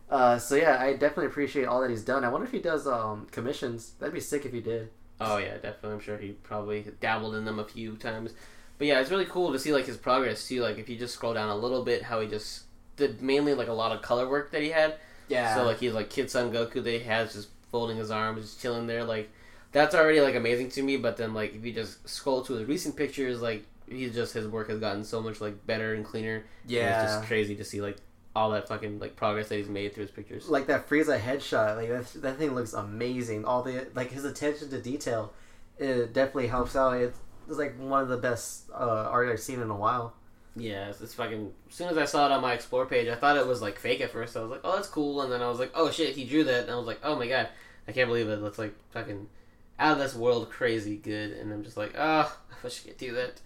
S2: Uh, so yeah, I definitely appreciate all that he's done. I wonder if he does um, commissions. That'd be sick if he did.
S1: Oh yeah, definitely. I'm sure he probably dabbled in them a few times. But yeah, it's really cool to see like his progress too. Like if you just scroll down a little bit, how he just did mainly like a lot of color work that he had. So like he's like Kid Son Goku that he has just folding his arms, just chilling there. Like that's already like amazing to me. But then like if you just scroll to his recent pictures, like he's just his work has gotten so much like better and cleaner. And it's
S2: yeah,
S1: just crazy to see like all that fucking like progress that he's made through his pictures.
S2: like that Frieza headshot. Like that, that thing looks amazing. All the like his attention to detail, it definitely helps out. It's, it's like one of the best uh, art I've seen in a while.
S1: Yeah, it's, it's fucking. As soon as I saw it on my explore page, I thought it was like fake at first. I was like, oh, that's cool, and then I was like, oh shit, he drew that, and I was like, oh my god, I can't believe it. That's like fucking out of this world, crazy good, and I'm just like, ah, I wish I could do that.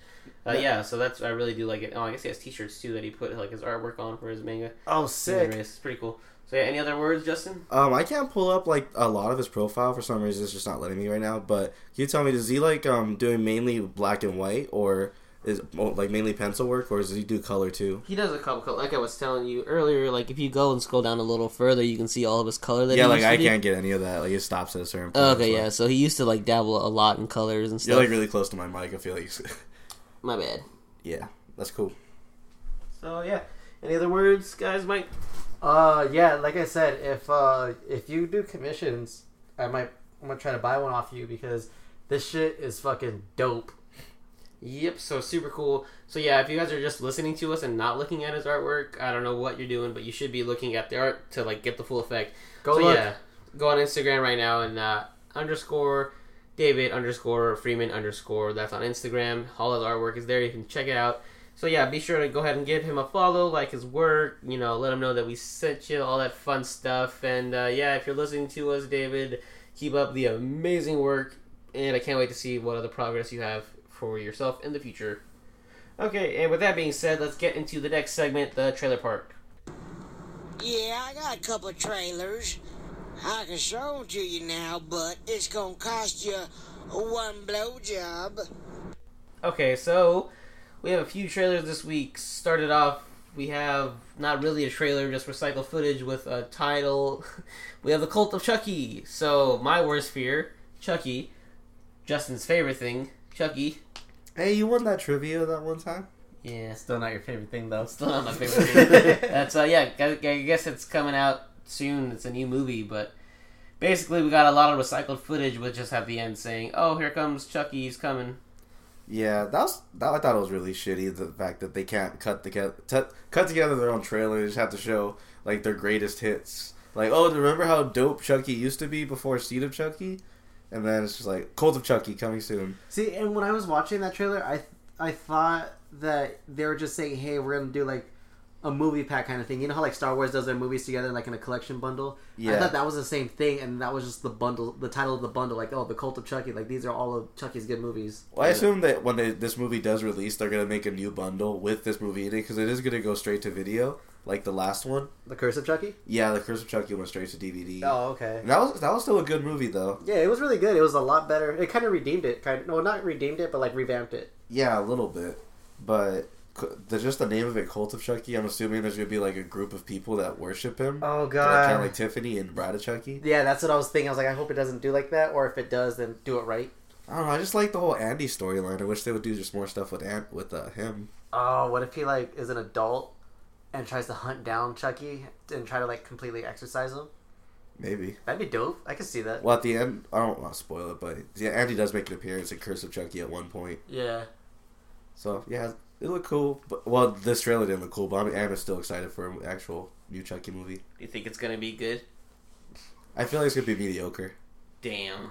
S1: Uh, yeah. so that's I really do like it. Oh, I guess he has T-shirts too that he put like his artwork on for his manga.
S2: Oh,
S1: Anyway, It's pretty cool. So yeah, any other words, Justin?
S3: Um, I can't pull up like a lot of his profile for some reason. It's just not letting me right now. But can you tell me, does he like um doing mainly black and white, or is oh, like mainly pencil work, or does he do color too?
S1: He does a couple. Like I was telling you earlier, like if you go and scroll down a little further, you can see all of his color that
S3: yeah, like I can't get any of that. Like it stops at a certain. Point,
S1: okay,
S3: so-
S1: yeah. So he used to like dabble a lot in colors and stuff.
S3: You're like really close to my mic. I feel like.
S1: My bad.
S3: yeah, that's cool.
S1: So yeah. Any other words, guys? Mike.
S2: Uh, yeah, like I said, if uh, if you do commissions, I might I'm gonna try to buy one off you because this shit is fucking dope.
S1: Yep. So super cool. So yeah, if you guys are just listening to us and not looking at his artwork, I don't know what you're doing, but you should be looking at the art to like get the full effect.
S2: Go
S1: so
S2: look.
S1: yeah, go on Instagram right now and uh, underscore David underscore Freeman underscore. That's on Instagram. All his artwork is there. You can check it out. So yeah, be sure to go ahead and give him a follow, like his work. You know, let him know that we sent you all that fun stuff. And uh, yeah, if you're listening to us, David, keep up the amazing work. And I can't wait to see what other progress you have for yourself in the future. Okay, and with that being said, let's get into the next segment, the trailer park.
S7: Yeah, I got a couple of trailers. I can show 'em to you now, but it's gonna cost you one blowjob.
S1: Okay, so We have a few trailers this week. Started off, we have not really a trailer, just recycled footage with a title. we have the Cult of Chucky. So my worst fear, Chucky. Justin's favorite thing, Chucky.
S3: Hey, you won that trivia that one time.
S1: Yeah,
S2: Still not your favorite thing though.
S1: still not my favorite thing. That's uh, yeah. I, I guess it's coming out soon. It's a new movie, but basically we got a lot of recycled footage with just at the end saying, "Oh, here comes Chucky. He's coming."
S3: Yeah, that was that. I thought it was really shitty the fact that they can't cut together t- cut together their own trailer. They just have to show like their greatest hits. Like, oh, remember how dope Chucky used to be before Seed of Chucky? And then it's just like Cult of Chucky coming soon.
S2: See, and when I was watching that trailer, I I thought that they were just saying, "Hey, we're gonna do like a movie pack kind of thing." You know how like Star Wars does their movies together, like in a collection bundle. I
S3: Yeah.
S2: thought that was the same thing, and that was just the bundle, the title of the bundle, like oh, the Cult of Chucky. Like these are all of Chucky's good movies.
S3: Well, I assume that when they, this movie does release, they're gonna make a new bundle with this movie in it because it is gonna go straight to video, like the last one.
S2: The Curse of Chucky.
S3: Yeah, the Curse of Chucky went straight to DVD.
S2: Oh, okay.
S3: And that was that was still a good movie though.
S2: Yeah, it was really good. It was a lot better. It kind of redeemed it. Kind of, no, not redeemed it, but like revamped it.
S3: Yeah, a little bit, but c- the, just the name of it, Cult of Chucky. I'm assuming there's gonna be like a group of people that worship him.
S2: Oh
S3: like, kind of like Tiffany and Brad of Chucky.
S2: Yeah, that's what I was thinking. I was like, I hope it doesn't do like that, or if it does, then do it right.
S3: I don't know. I just like the whole Andy storyline. I wish they would do just more stuff with Ant with uh, him.
S2: Oh, what if he like is an adult and tries to hunt down Chucky and try to like completely exorcise him?
S3: Maybe.
S2: That'd be dope. I could see that.
S3: Well, at the end, I don't want to spoil it, but yeah, Andy does make an appearance in Curse of Chucky at one point.
S2: Yeah.
S3: So yeah, it looked cool. But well, this trailer didn't look cool, but I'm, I'm still excited for an actual new Chucky movie.
S1: You think it's gonna be good?
S3: I feel like it's gonna be mediocre.
S1: Damn.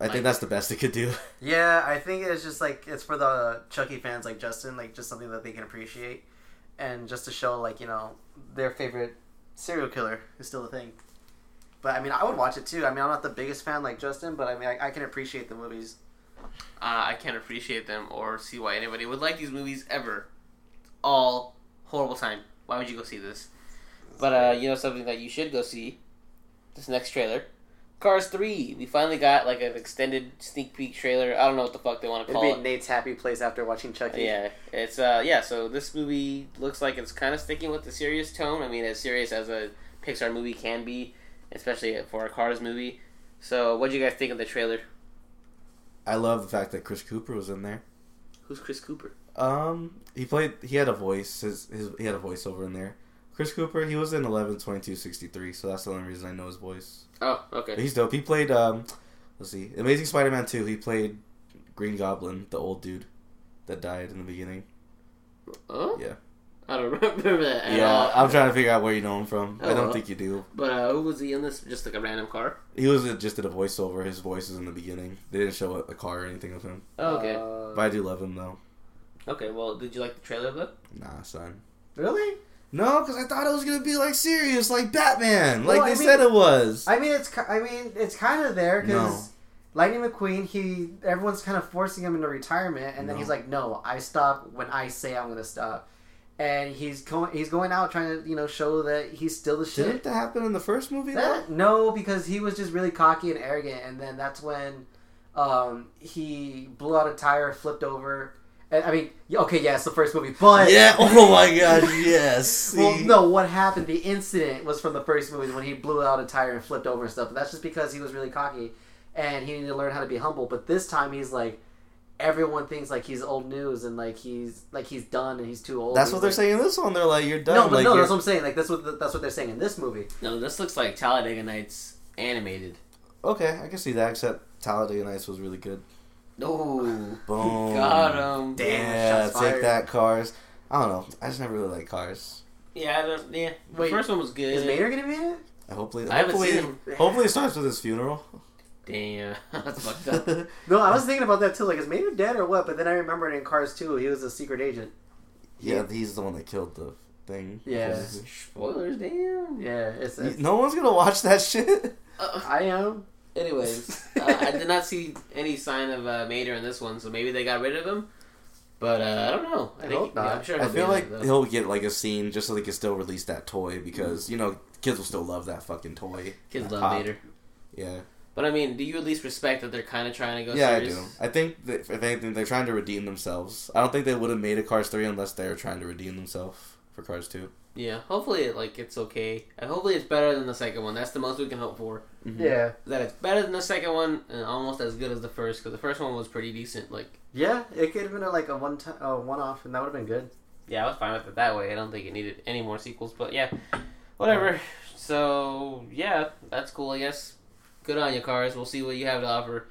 S3: I think that's the best it could do.
S2: Yeah, I think it's just like it's for the Chucky fans like Justin, like just something that they can appreciate, and just to show like you know their favorite serial killer is still a thing. But I mean, I would watch it too. I mean, I'm not the biggest fan like Justin, but I mean, I, I can appreciate the movies.
S1: Uh, I can't appreciate them or see why anybody would like these movies ever. All horrible time. Why would you go see this? But uh, you know something that you should go see. This next trailer, Cars Three. We finally got like an extended sneak peek trailer. I don't know what the fuck they want to
S2: It'd
S1: call
S2: be
S1: it.
S2: Nate's happy place after watching Chucky.
S1: Yeah, it's uh yeah. So this movie looks like it's kind of sticking with the serious tone. I mean, as serious as a Pixar movie can be, especially for a Cars movie. So, what do you guys think of the trailer?
S3: I love the fact that Chris Cooper was in there.
S1: Who's Chris Cooper?
S3: Um, he played. He had a voice. His, his he had a voiceover in there. Chris Cooper. He was in 11, 22, 63, So that's the only reason I know his voice.
S1: Oh,
S3: But
S1: okay.
S3: he's dope. He played. Um, let's see, Amazing Spider-Man two. He played Green Goblin, the old dude that died in the beginning.
S1: Huh?
S3: Yeah.
S1: I don't remember that. at
S3: Yeah,
S2: uh,
S1: all.
S3: I'm trying to figure out where you know him from. I
S1: Oh,
S3: don't
S1: well.
S3: think you do.
S1: But uh, who was he in this? Just like a random car.
S3: He was uh, just did a voiceover. His voice is in the beginning. They didn't show a a car or anything of him.
S2: Uh,
S1: Oh, okay.
S3: But I do love him though.
S1: okay. Well, did you like the trailer though?
S3: Nah, son.
S2: Really?
S3: No, because I thought it was gonna be like serious, like Batman, like
S2: Well,
S3: they
S2: I mean-
S3: said it was.
S2: I mean, it's ki- I mean, it's kind of there because Lightning McQueen. He everyone's kind of forcing him into retirement, and then
S3: No.
S2: he's like, "No, I stop when I say I'm going to stop." And he's going, he's going out trying to you know show that he's still the
S3: Didn't
S2: shit.
S3: that happen in the first movie? though?
S2: That- no, because he was just really cocky and arrogant, and then that's when um, he blew out a tire, flipped over. And, I mean, yeah, okay, yeah, it's the first movie, but
S3: Yeah. Oh my God. Yes.
S2: Well,
S3: See?
S2: no, what happened, the incident was from the first movie when he blew out a tire and flipped over and stuff. But that's just because he was really cocky and he needed to learn how to be humble. But this time he's like, everyone thinks like he's old news and like he's like he's done and he's too old.
S3: That's
S2: He's
S3: what they're
S2: like-
S3: saying in this one. They're like, you're done.
S2: No, but
S3: like,
S2: no,
S3: you're-
S2: that's what I'm saying. Like that's what the, that's what they're saying in this movie.
S1: No, this looks like Talladega Nights animated.
S3: okay, I can see that. Except Talladega Nights was really good. Oh.
S1: No.
S3: Boom.
S1: Got him.
S2: Damn,
S3: Yeah.
S2: shots
S3: take
S2: fired.
S3: that, cars. I don't know. I just never really like cars.
S1: Yeah. I don't, yeah.
S2: Wait,
S1: the first one was good.
S2: Is Mater gonna be in it?
S3: I Hopefully,
S1: I haven't
S3: hopefully,
S1: seen him.
S3: hopefully it starts with his funeral.
S1: Damn. That's fucked up.
S3: yeah,
S2: No, I was thinking about that too. Like, is Mater dead or what? But then I remembered in Cars 2, he was a secret agent.
S3: he's the one that killed the thing.
S2: Yeah.
S1: Spoilers. Damn.
S2: Yeah, it's, it's
S3: No one's gonna watch that shit. Uh,
S2: I am.
S1: Anyways, uh, I did not see any sign of uh, Mater in this one, so maybe they got rid of him. But uh, I don't know. I, think
S2: hope not.
S1: yeah, I'm sure.
S3: I
S1: he'll be
S3: feel
S1: in
S3: like
S1: it, though.
S3: he'll get like a scene just so they can still release that toy because you know kids will still love that fucking toy.
S1: kids
S3: That
S1: love
S3: pop.
S1: Mater.
S3: Yeah.
S1: But I mean, do you at least respect that they're kind of trying to go?
S3: yeah, I
S1: serious?
S3: do. I think that, if anything, they're trying to redeem themselves. I don't think they would have made a Cars three unless they were trying to redeem themselves for Cars two.
S1: Yeah, hopefully it like it's okay, and hopefully it's better than the second one. That's the most we can hope for.
S3: Mm-hmm.
S2: Yeah.
S1: That it's better than the second one, and almost as good as the first, because the first one was pretty decent. Like,
S2: Yeah, it could have been a, like a one time, uh, one off, and that would have been good.
S1: yeah, I was fine with it that way. I don't think it needed any more sequels, but yeah, whatever. So yeah, that's cool. I guess. Good on you, cars. We'll see what you have to offer.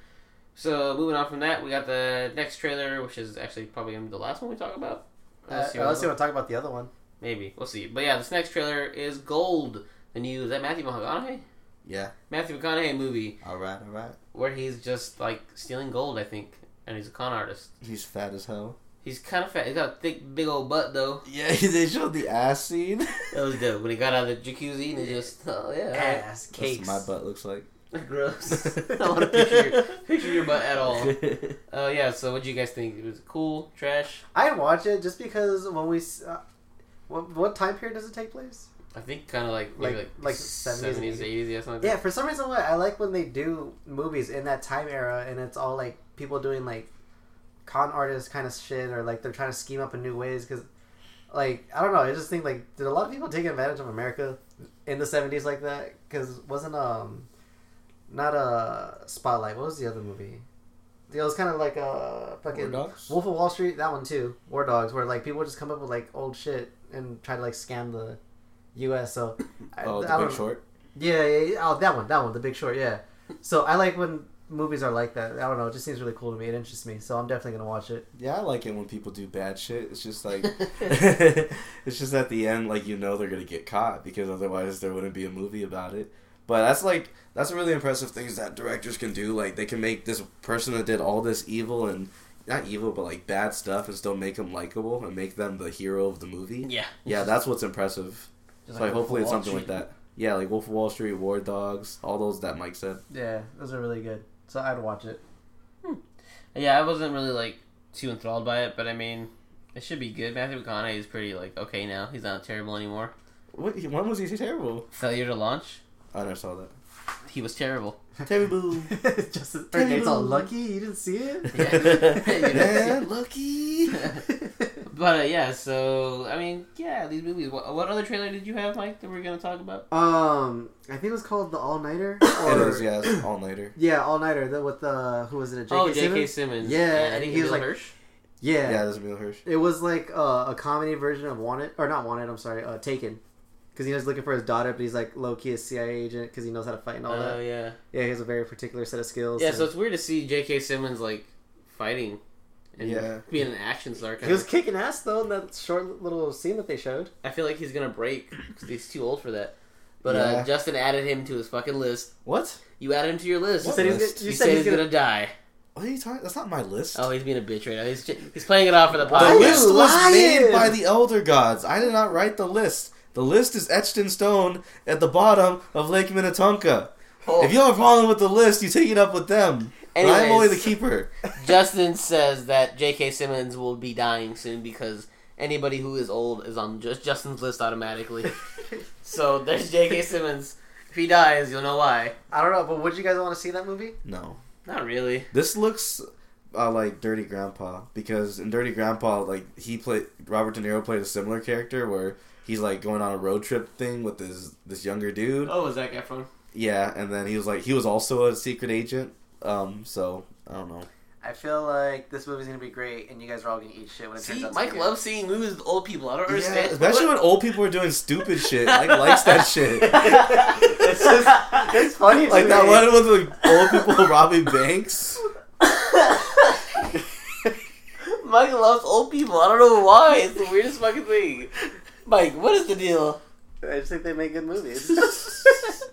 S1: So moving on from that, we got the next trailer, which is actually probably gonna be the last one we talk about.
S2: Uh,
S1: Unless you
S2: unless
S1: wanna-
S2: you want to talk about the other one.
S1: Maybe we'll see. But yeah, this next trailer is Gold. The new is that Matthew McConaughey?
S3: Yeah.
S1: Matthew McConaughey movie
S3: All right. All right.
S1: where he's just like stealing gold, I think, and he's a con artist.
S3: He's fat as hell.
S1: He's kind of fat. He's got a thick, big old butt though.
S3: Yeah. They showed the ass scene.
S1: That was dope when he got out of the jacuzzi and he just oh yeah,
S2: Ass
S3: That's what my butt looks like.
S1: right. gross. I don't want to picture your, picture your butt at all. Oh yeah. So what do you guys think? It was cool, trash.
S2: I'd watch it just because when we, s- uh, what, what time period does it take place?
S1: I think kind of like maybe
S2: Like-
S1: like
S2: like 70s,
S1: seventies, eighties, yeah, something like
S2: Yeah, for some reason, what I like when they do movies in that time era, and it's all like people doing like con artist kind of shit, or like they're trying to scheme up in new ways. Because, like, I don't know, I just think like did a lot of people take advantage of America in the seventies like that? Because wasn't um not a spotlight. What was the other movie? It was kind of like a fucking
S3: War Dogs?
S2: Wolf of Wall Street. That one too, War Dogs, where like people just come up with like old shit and try to like scam the U.S. So. I-
S3: Oh,
S2: I
S3: the
S2: don't
S3: big
S2: know.
S3: short.
S2: Yeah, yeah, yeah. Oh, that one, that one, The Big Short. Yeah. So I like when movies are like that. I don't know. It just seems really cool to me. It interests me. So I'm definitely gonna watch it.
S3: Yeah, I like it when people do bad shit. It's just like it's just at the end, like you know they're gonna get caught because otherwise there wouldn't be a movie about it. But that's like that's really impressive things that directors can do. Like they can make this person that did all this evil and not evil, but like bad stuff, and still make them likable and make them the hero of the movie.
S1: Yeah.
S3: yeah, that's what's impressive.
S1: Just
S3: so
S1: like
S3: hopefully it's
S1: Wolf of
S3: something
S1: Wall
S3: like that. Yeah, like Wolf of Wall Street, War Dogs, all those that Mike said.
S2: Yeah, those are really good. So I'd watch it.
S1: Yeah, I wasn't really like too enthralled by it, but I mean, it should be good. Matthew McConaughey is pretty like okay now. He's not terrible anymore.
S3: What? When was he terrible?
S1: Failure to launch.
S3: I never saw that.
S1: He was terrible.
S3: Terrible.
S2: just her name's all lucky. You didn't see it.
S1: Yeah. You know?
S3: Man, lucky.
S1: but uh, yeah, so I mean, yeah, these movies. What, what other trailer did you have, Mike, that we're gonna talk about?
S2: Um, I think it was called the All Nighter.
S3: It is, yes, all nighter.
S2: Yeah, All Nighter. The with the who was it?
S1: oh, J.K. Simmons.
S2: Simmons? Yeah,
S1: and I
S2: and
S1: think
S2: he was
S1: Bill
S2: like-
S1: Hirsch.
S2: Yeah.
S3: Yeah, there's Emil Hirsch.
S2: It was like uh, a comedy version of Wanted, or not Wanted. I'm sorry, uh, Taken. Because he was looking for his daughter, but he's like low key a CIA agent because he knows how to fight and all that.
S1: Oh yeah,
S2: Yeah, he has a very particular set of skills.
S1: yeah.
S2: and-
S1: So it's weird to see J.K. Simmons like fighting and
S3: Yeah.
S1: being an action star.
S2: he
S1: Kind
S2: was
S1: of.
S2: kicking ass though in that short little scene that they showed.
S1: I feel like he's gonna break because he's too old for that. But uh,
S3: Yeah.
S1: Justin added him to his fucking list.
S3: What?
S1: You added him to your list.
S3: You
S2: said he's
S3: list?
S2: gonna- you
S1: You
S2: said
S1: said
S2: he's
S1: he's
S2: gonna-
S1: gonna die.
S3: What are you talking? That's not my list.
S1: Oh, he's being a bitch right now. He's j- he's playing it off for the
S3: the
S2: Why are
S1: podcast.
S2: you
S3: list was
S2: lying?
S3: made by the elder gods. I did not write the list. The list is etched in stone at the bottom of Lake Minnetonka.
S1: Oh.
S3: If you have a problem with the list, you take it up with them. And I'm
S1: Anyways.
S3: only the keeper.
S1: Justin says that J.K. Simmons will be dying soon because anybody who is old is on just Justin's list automatically. so there's J.K. Simmons. If he dies, you'll know why.
S2: I don't know, but would you guys want to see that movie?
S3: No,
S1: Not really.
S3: this looks uh, like Dirty Grandpa because in Dirty Grandpa, like he played Robert De Niro played a similar character where he's like going on a road trip thing with this this younger dude.
S1: Oh, is that Efron?
S3: Yeah, and then he was like, he was also a secret agent. Um, so I don't know.
S2: I feel like this movie's gonna be great, and you guys are all gonna eat shit when it
S1: See, Mike loves seeing movies with old people. I don't
S3: Yeah,
S1: understand.
S3: especially when old people are doing stupid shit. Mike likes that shit.
S2: It's just it's funny. to
S3: Like that
S2: me.
S3: one with the old people robbing banks.
S1: Mike loves old people. I don't know why. It's the weirdest fucking thing. Mike, what is the deal?
S2: I just think they make good movies.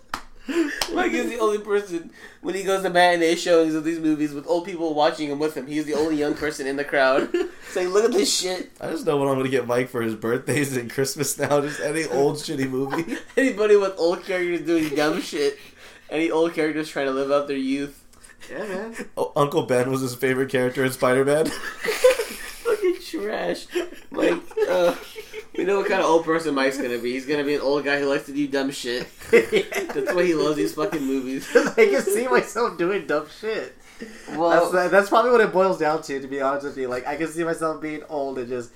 S1: Mike is the only person when he goes to matinee showings of these movies with old people watching him with him. He's the only young person in the crowd. It's like, look at this shit.
S3: I just know what I'm gonna get Mike for his birthdays and Christmas now. Just any old shitty movie.
S1: Anybody with old characters doing dumb shit. Any old characters trying to live out their youth.
S2: yeah, man.
S3: Oh, Uncle Ben was his favorite character in Spider Man.
S1: Fucking trash. Like, uh, we We know what kind of old person Mike's gonna be. He's gonna be an old guy who likes to do dumb shit. That's why he loves these fucking movies.
S2: I can see myself doing dumb shit. Well, that's, that's probably what it boils down to, to be honest with you. Like, I can see myself being old and just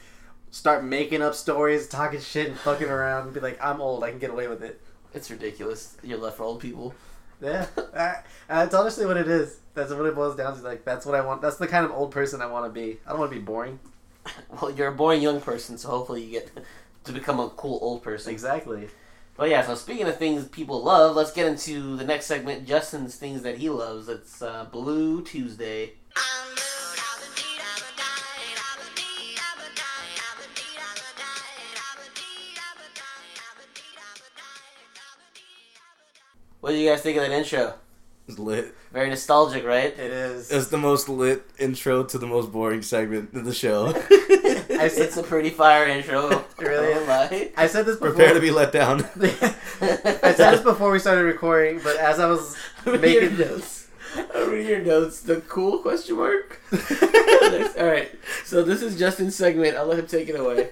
S2: start making up stories, talking shit, and fucking around, and be like, I'm old, I can get away with it.
S1: It's ridiculous. You're left for old people.
S2: Yeah, I- that's honestly what it is. That's what it boils down to. Like, that's what I want. That's the kind of old person I want to be. I don't want to be boring.
S1: Well, you're a boring young person, so hopefully you get to become a cool old person.
S2: Exactly.
S1: But yeah, so speaking of things people love, let's get into the next segment, Justin's things that he loves. It's uh, Blue Tuesday. What do you guys think of that intro?
S3: It's lit.
S1: Very nostalgic, right?
S2: It is.
S3: It's the most lit intro to the most boring segment of the show.
S2: I said-
S1: it's a pretty fire intro. Oh
S2: really is.
S1: Really?
S2: I said this before.
S3: Prepare to be let down.
S2: I said this before we started recording, but as I was
S1: your
S2: making
S1: notes. Over your notes. The cool question mark. All right. So this is Justin's segment. I'll let him take it away.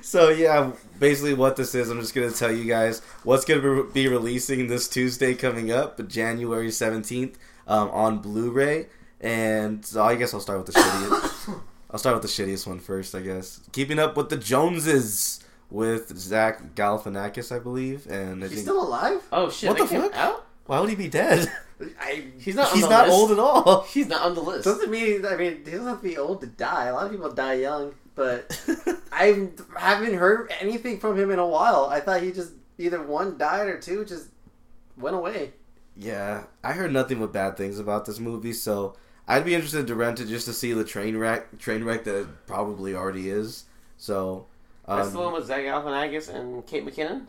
S3: so yeah, basically what this is, I'm just gonna tell you guys what's gonna be releasing this Tuesday coming up, January 17th, um, on Blu-ray. And so I guess I'll start with the shittiest. I'll start with the shittiest one first, I guess. Keeping up with the Joneses with Zach Galifianakis, I believe, and I
S2: he's
S3: think
S2: still alive.
S1: Oh shit!
S3: What
S1: that
S3: the
S1: came
S3: fuck?
S1: Out?
S3: why would he be dead?
S2: I
S1: He's not. On
S3: He's
S1: the
S3: not
S1: list.
S3: old at all.
S1: He's not on the list.
S2: doesn't mean I mean he doesn't have to be old to die. A lot of people die young, but I haven't heard anything from him in a while. I thought he just either one died or two just went away.
S3: Yeah, I heard nothing but bad things about this movie, so I'd be interested to rent it just to see the train wreck, train wreck that it probably already is. So,
S1: That's the one
S3: um,
S1: with Zach Galifianakis and Kate McKinnon.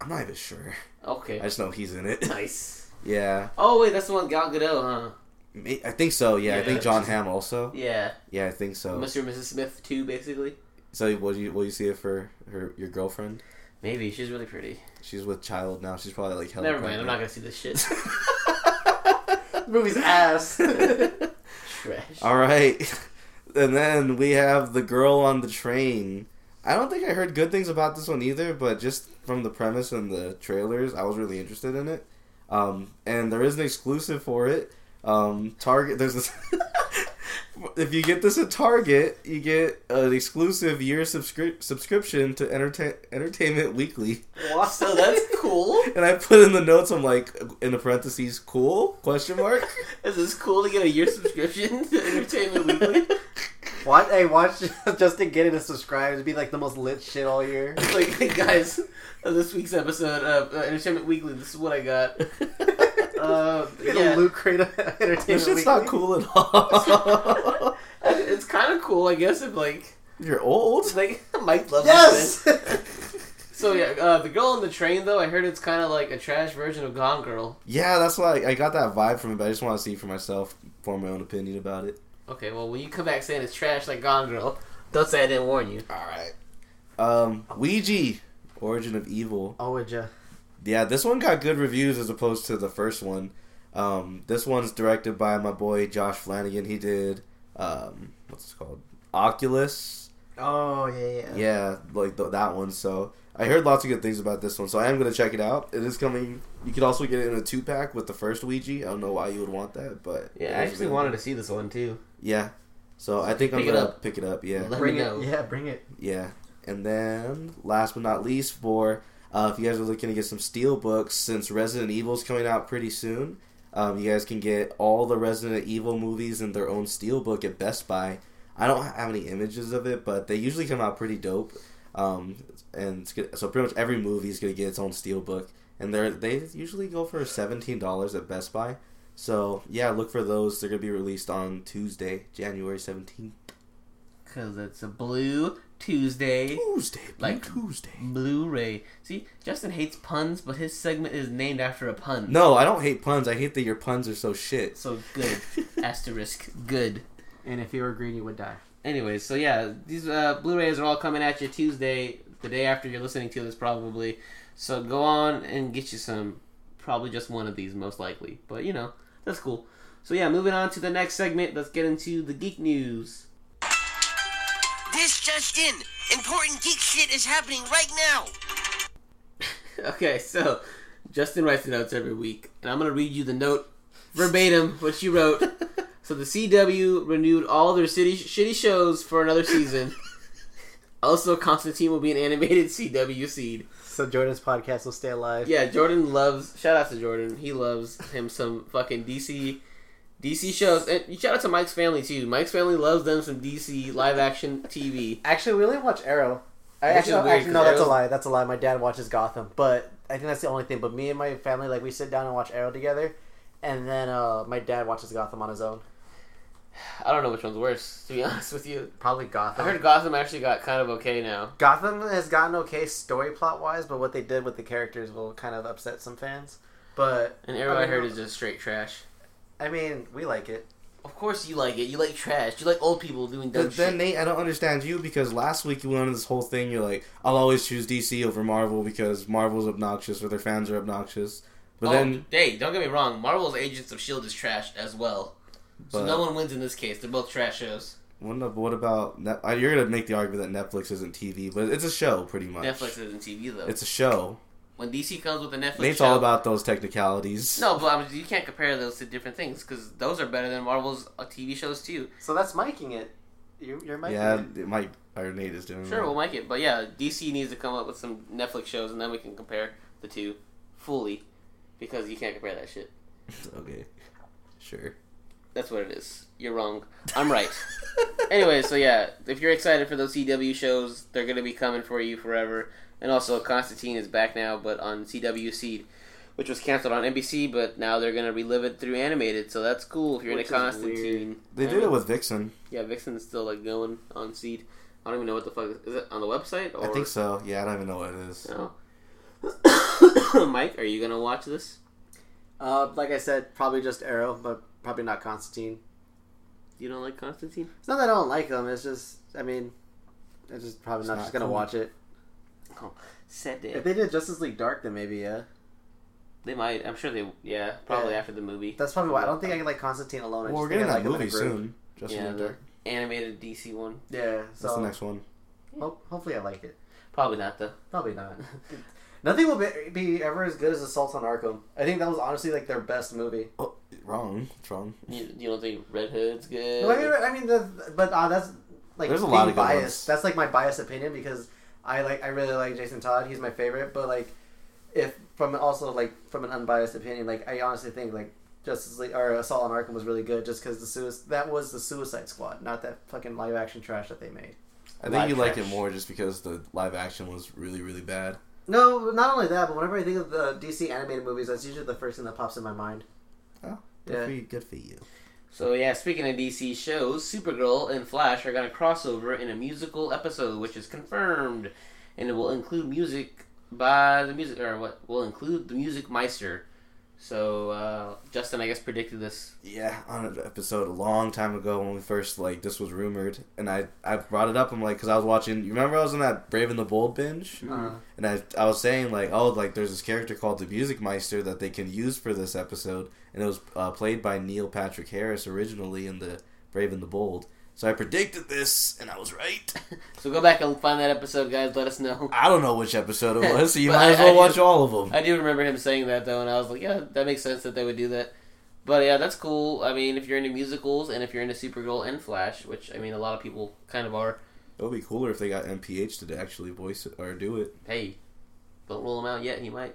S3: I'm not even sure. I
S1: Okay.
S3: just know he's in it.
S1: Nice.
S3: yeah,
S1: Oh wait, that's the one with Gal Gadot, huh?
S3: Ma- I think so. Yeah, I
S1: Yeah,
S3: think John Hamm also.
S1: Yeah.
S3: Yeah, I think so.
S1: Mr. and Mrs. Smith too, basically.
S3: So, will you will you see it for her your girlfriend?
S1: Maybe she's really pretty.
S3: She's with child now. She's probably like hella
S1: Never mind. I'm not
S3: pregnant.
S1: gonna see this shit.
S2: The movie's ass.
S1: Trash.
S3: All right. And then we have The Girl on the Train. I don't think I heard good things about this one either, but just from the premise and the trailers, I was really interested in it. Um, and there is an exclusive for it. Um, Target, there's this. if you get this at Target, you get an exclusive year subscri- subscription to Enterta- Entertainment Weekly.
S1: So that's cool.
S3: And I put in the notes, I'm like, in the parentheses, cool? Question mark.
S1: Is this cool to get a year subscription to Entertainment Weekly?
S2: Watch, I watched Justin get it and subscribe. It'd be like the most lit shit all year.
S1: like, guys, uh, this week's episode of uh, Entertainment Weekly, this is what I got. Uh,
S2: Get
S1: yeah.
S2: a loot crate of entertainment.
S3: This shit's not
S2: Weekly.
S3: cool at all.
S1: it's kind of cool, I guess, if, like,
S3: You're old?
S1: like Mike loves this.
S2: Yes.
S1: So, yeah, uh, The Girl on the Train, though, I heard it's kind of like a trash version of Gone Girl.
S3: Yeah, that's why I got that vibe from it, but I just want to see for myself, form my own opinion about it.
S1: Okay, well, when you come back saying it's trash like Gone Girl, don't say I didn't warn you.
S3: Alright. Um, Ouija, Origin of Evil.
S2: oh, would ya?
S3: Yeah, this one got good reviews as opposed to the first one. Um, this one's directed by my boy Josh Flanagan. He did, um, what's it called? Oculus.
S2: Oh yeah. yeah.
S3: Yeah, like th- that one. So I heard lots of good things about this one, so I am gonna check it out. It is coming. You could also get it in a two pack with the first Ouija. I don't know why you would want that, but
S1: Yeah, I actually wanted to see this one, too.
S3: Yeah, so I think I'm
S1: Pick it
S3: gonna
S1: up.
S3: pick it up. Yeah,
S1: Let
S2: Bring
S1: me
S2: it.
S1: know.
S2: Yeah, bring it.
S3: yeah. And then last but not least, for uh, if you guys are looking to get some steel books, since Resident Evil's coming out pretty soon, um, you guys can get all the Resident Evil movies in their own steel book at Best Buy. I don't have any images of it, but they usually come out pretty dope. Um, and it's good. so pretty much every movie is gonna get its own steel book, and they are they usually go for seventeen dollars at Best Buy. So yeah, look for those. They're gonna be released on Tuesday, January seventeenth.
S1: Because it's a Blue Tuesday.
S3: Tuesday,
S1: Like-
S3: Tuesday.
S1: Blu-ray. See, Justin hates puns, but his segment is named after a pun.
S3: No, I don't hate puns. I hate that your puns are so shit.
S1: So good. Asterisk. Good.
S2: And if you were green, you would die.
S1: Anyway, so yeah, these uh, Blu-rays are all coming at you Tuesday, the day after you're listening to this, probably. So go on and get you some. Probably just one of these, most likely. But you know, that's cool. So yeah, moving on to the next segment. Let's get into the geek news.
S4: This just in. Important geek shit is happening right now.
S1: Okay, so Justin writes the notes every week, and I'm gonna read you the note verbatim what you wrote. so the CW renewed all their city shitty shows for another season. also, Constantine will be an animated CW seed.
S8: So Jordan's podcast will stay alive.
S1: Yeah, Jordan loves. Shout out to Jordan. He loves him some fucking DC, DC shows, and shout out to Mike's family too. Mike's family loves them some DC live action TV.
S8: Actually, we only watch Arrow. I
S1: Which
S8: actually,
S1: is weird,
S8: actually, no,
S1: 'cause
S8: that's a
S1: Arrow's-
S8: lie. That's a lie. My dad watches Gotham, but I think that's the only thing. But me and my family, like, we sit down and watch Arrow together, and then uh, my dad watches Gotham on his own.
S1: I don't know which one's worse, to be honest with you.
S8: Probably Gotham.
S1: I heard Gotham actually got kind of okay now.
S8: Gotham has gotten okay story plot wise, but what they did with the characters will kind of upset some fans. But
S1: And Arrow I
S8: mean,
S1: heard is just straight trash.
S8: I mean, we like it.
S1: Of course you like it. You like trash. You like old people doing dumb
S3: But then
S1: shit.
S3: Nate, I don't understand you because last week you went on this whole thing. You're like, I'll always choose DC over Marvel because Marvel's obnoxious or their fans are obnoxious. But
S1: Oh,
S3: then,
S1: hey, don't get me wrong. Marvel's Agents of Shield E is trash as well. So
S3: But-
S1: no one wins in this case. They're both trash shows.
S3: what, no- what about Net- uh, you're gonna make the argument that Netflix isn't TV, but it's a show pretty much.
S1: Netflix isn't TV though.
S3: It's a show.
S1: when DC comes with a Netflix,
S3: Nate's
S1: show-
S3: all about those technicalities.
S1: No, but I mean, you can't compare those to different things because those are better than Marvel's uh, TV shows too.
S8: So that's miking it. You, you're miking
S3: Yeah,
S8: it.
S3: it might. Or Nate is
S2: Mm.
S3: doing.
S1: Sure,
S3: it.
S1: we'll make it, but yeah, DC needs to come up with some Netflix shows, and then we can compare the two fully because you can't compare that shit.
S3: okay. Sure.
S1: That's what it is. You're wrong. I'm right. anyway, so yeah, if you're excited for those CW shows, they're gonna be coming for you forever. And also, Constantine is back now, but on CW Seed, which was canceled on NBC, but now they're gonna relive it through animated. So that's cool if you're
S2: Which is
S1: into Constantine.
S3: They did it with Vixen.
S1: yeah, Vixen's still like going on Seed. I don't even know what the fuck is it on the website or
S3: I think so. Yeah, I don't even know what it is.
S1: no. Mike, are you gonna watch this?
S2: Uh, like I said, probably just Arrow, but probably not Constantine.
S1: You don't like Constantine?
S2: It's not that I don't like them. It's just, I mean, I'm just probably not,
S3: not
S2: just gonna
S3: cool.
S2: watch it.
S1: Set day.
S2: If they did Justice League Dark, then maybe yeah.
S1: They might. I'm sure they. Yeah, probably
S2: Yeah.
S1: after the movie.
S2: That's probably why I don't think I can like Constantine alone. I
S3: Well, we're
S2: just think
S3: getting
S2: I
S3: that
S2: like him in a
S3: movie
S2: group.
S3: soon. Just
S1: yeah,
S3: yeah,
S1: the animated DC one.
S2: Yeah.
S3: That's the
S2: So
S3: next one.
S2: ho- hopefully I like it.
S1: Probably not though.
S2: Probably not. Nothing will be, be ever as good as Assault on Arkham. I think that was honestly like their best movie.
S3: Oh, wrong. It's wrong.
S1: You, you don't think Red Hood's good?
S2: No, I mean, I mean the, but uh, that's like
S3: There's a
S2: being
S3: lot of good
S2: biased.
S3: ones.
S2: That's like my biased opinion because I like I really like Jason Todd. He's my favorite. But like, if from also like from an unbiased opinion, like I honestly think like Justice League or Assault on Arkham was really good just because the sui- that was the Suicide Squad, not that fucking live action trash that they made.
S3: I think
S1: Live
S3: you like it
S1: trash.
S3: more just because the live action was really, really bad.
S2: No, not only that, but whenever I think of the DC animated movies, that's usually the first thing that pops in my mind.
S3: Oh,
S2: good Yeah. for
S3: you. Good for you.
S1: So yeah, speaking of DC shows, Supergirl and Flash are gonna crossover in a musical episode, which is confirmed, and it will include music by the music or what will include the music meister. So uh, Justin, I guess predicted this.
S3: Yeah, on an episode a long time ago when we first like this was rumored, and I I brought it up. I'm like, because I was watching. You remember I was in that Brave and the Bold binge,
S1: Mm-hmm.
S3: and I I was saying like, oh, like there's this character called the Music Meister that they can use for this episode, and it was uh, played by Neil Patrick Harris originally in the Brave and the Bold. So I predicted this, and I was right.
S1: So go back and find that episode, guys. Let us know.
S3: I don't know which episode it was, so you
S1: But
S3: might as
S1: I-
S3: well
S1: I
S3: watch
S1: just-
S3: all of them.
S1: I do remember him saying that though, and I was like, yeah, that makes sense that they would do that. But yeah, that's cool. I mean, if you're into musicals and if you're into Supergirl and Flash, which I mean, a lot of people kind of are.
S3: It would be cooler if they got MPH to actually voice it or do it.
S1: Hey, don't rule him out yet. He might.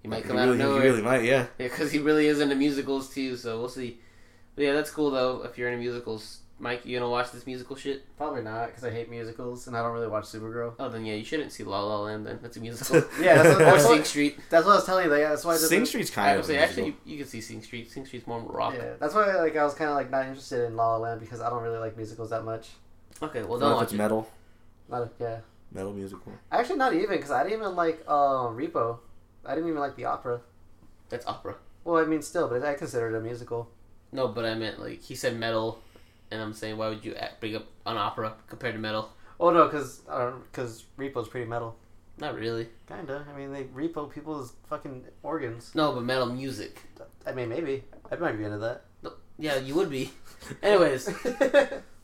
S1: He might
S3: He
S1: come out
S3: really,
S1: of nowhere.
S3: he really might, yeah.
S1: Yeah, because he really is into musicals too. So we'll see. But yeah, that's cool though. If you're into musicals, Mike, you gonna watch this musical shit?
S2: Probably not because I hate musicals and I don't really watch Supergirl.
S1: Oh, then yeah, you shouldn't see La La Land. Then that's a musical.
S2: Yeah, that's what,
S1: or
S2: that's
S1: Sing
S2: what,
S1: Street.
S2: that's what I was telling you. Like, that's why I did
S3: Sing
S2: the-
S3: Street's
S1: I
S3: kind
S1: would
S3: of
S1: say
S3: a
S1: actually,
S3: actually,
S1: you, you can see Sing Street. Sing Street's more rock.
S2: Yeah, that's why like I was kind of like not interested in La La Land because I don't really like musicals that much.
S1: Okay, well
S3: Well,
S1: don't
S3: if it's
S1: watch it.
S3: metal,
S2: Not yeah,
S3: metal musical.
S2: actually not even because I didn't even like uh, Repo. I didn't even like the opera.
S1: That's opera.
S2: Well, I mean, still, but I consider it a musical.
S1: No, but I meant like he said metal, and I'm saying why would you act- bring up an opera compared to metal?
S2: Oh no, because because Repo's pretty metal.
S1: Not really.
S2: Kinda. I mean, they repo people's fucking organs.
S1: No, but metal music.
S2: I mean, maybe I might be into that.
S1: No- Yeah, you would be. Anyways,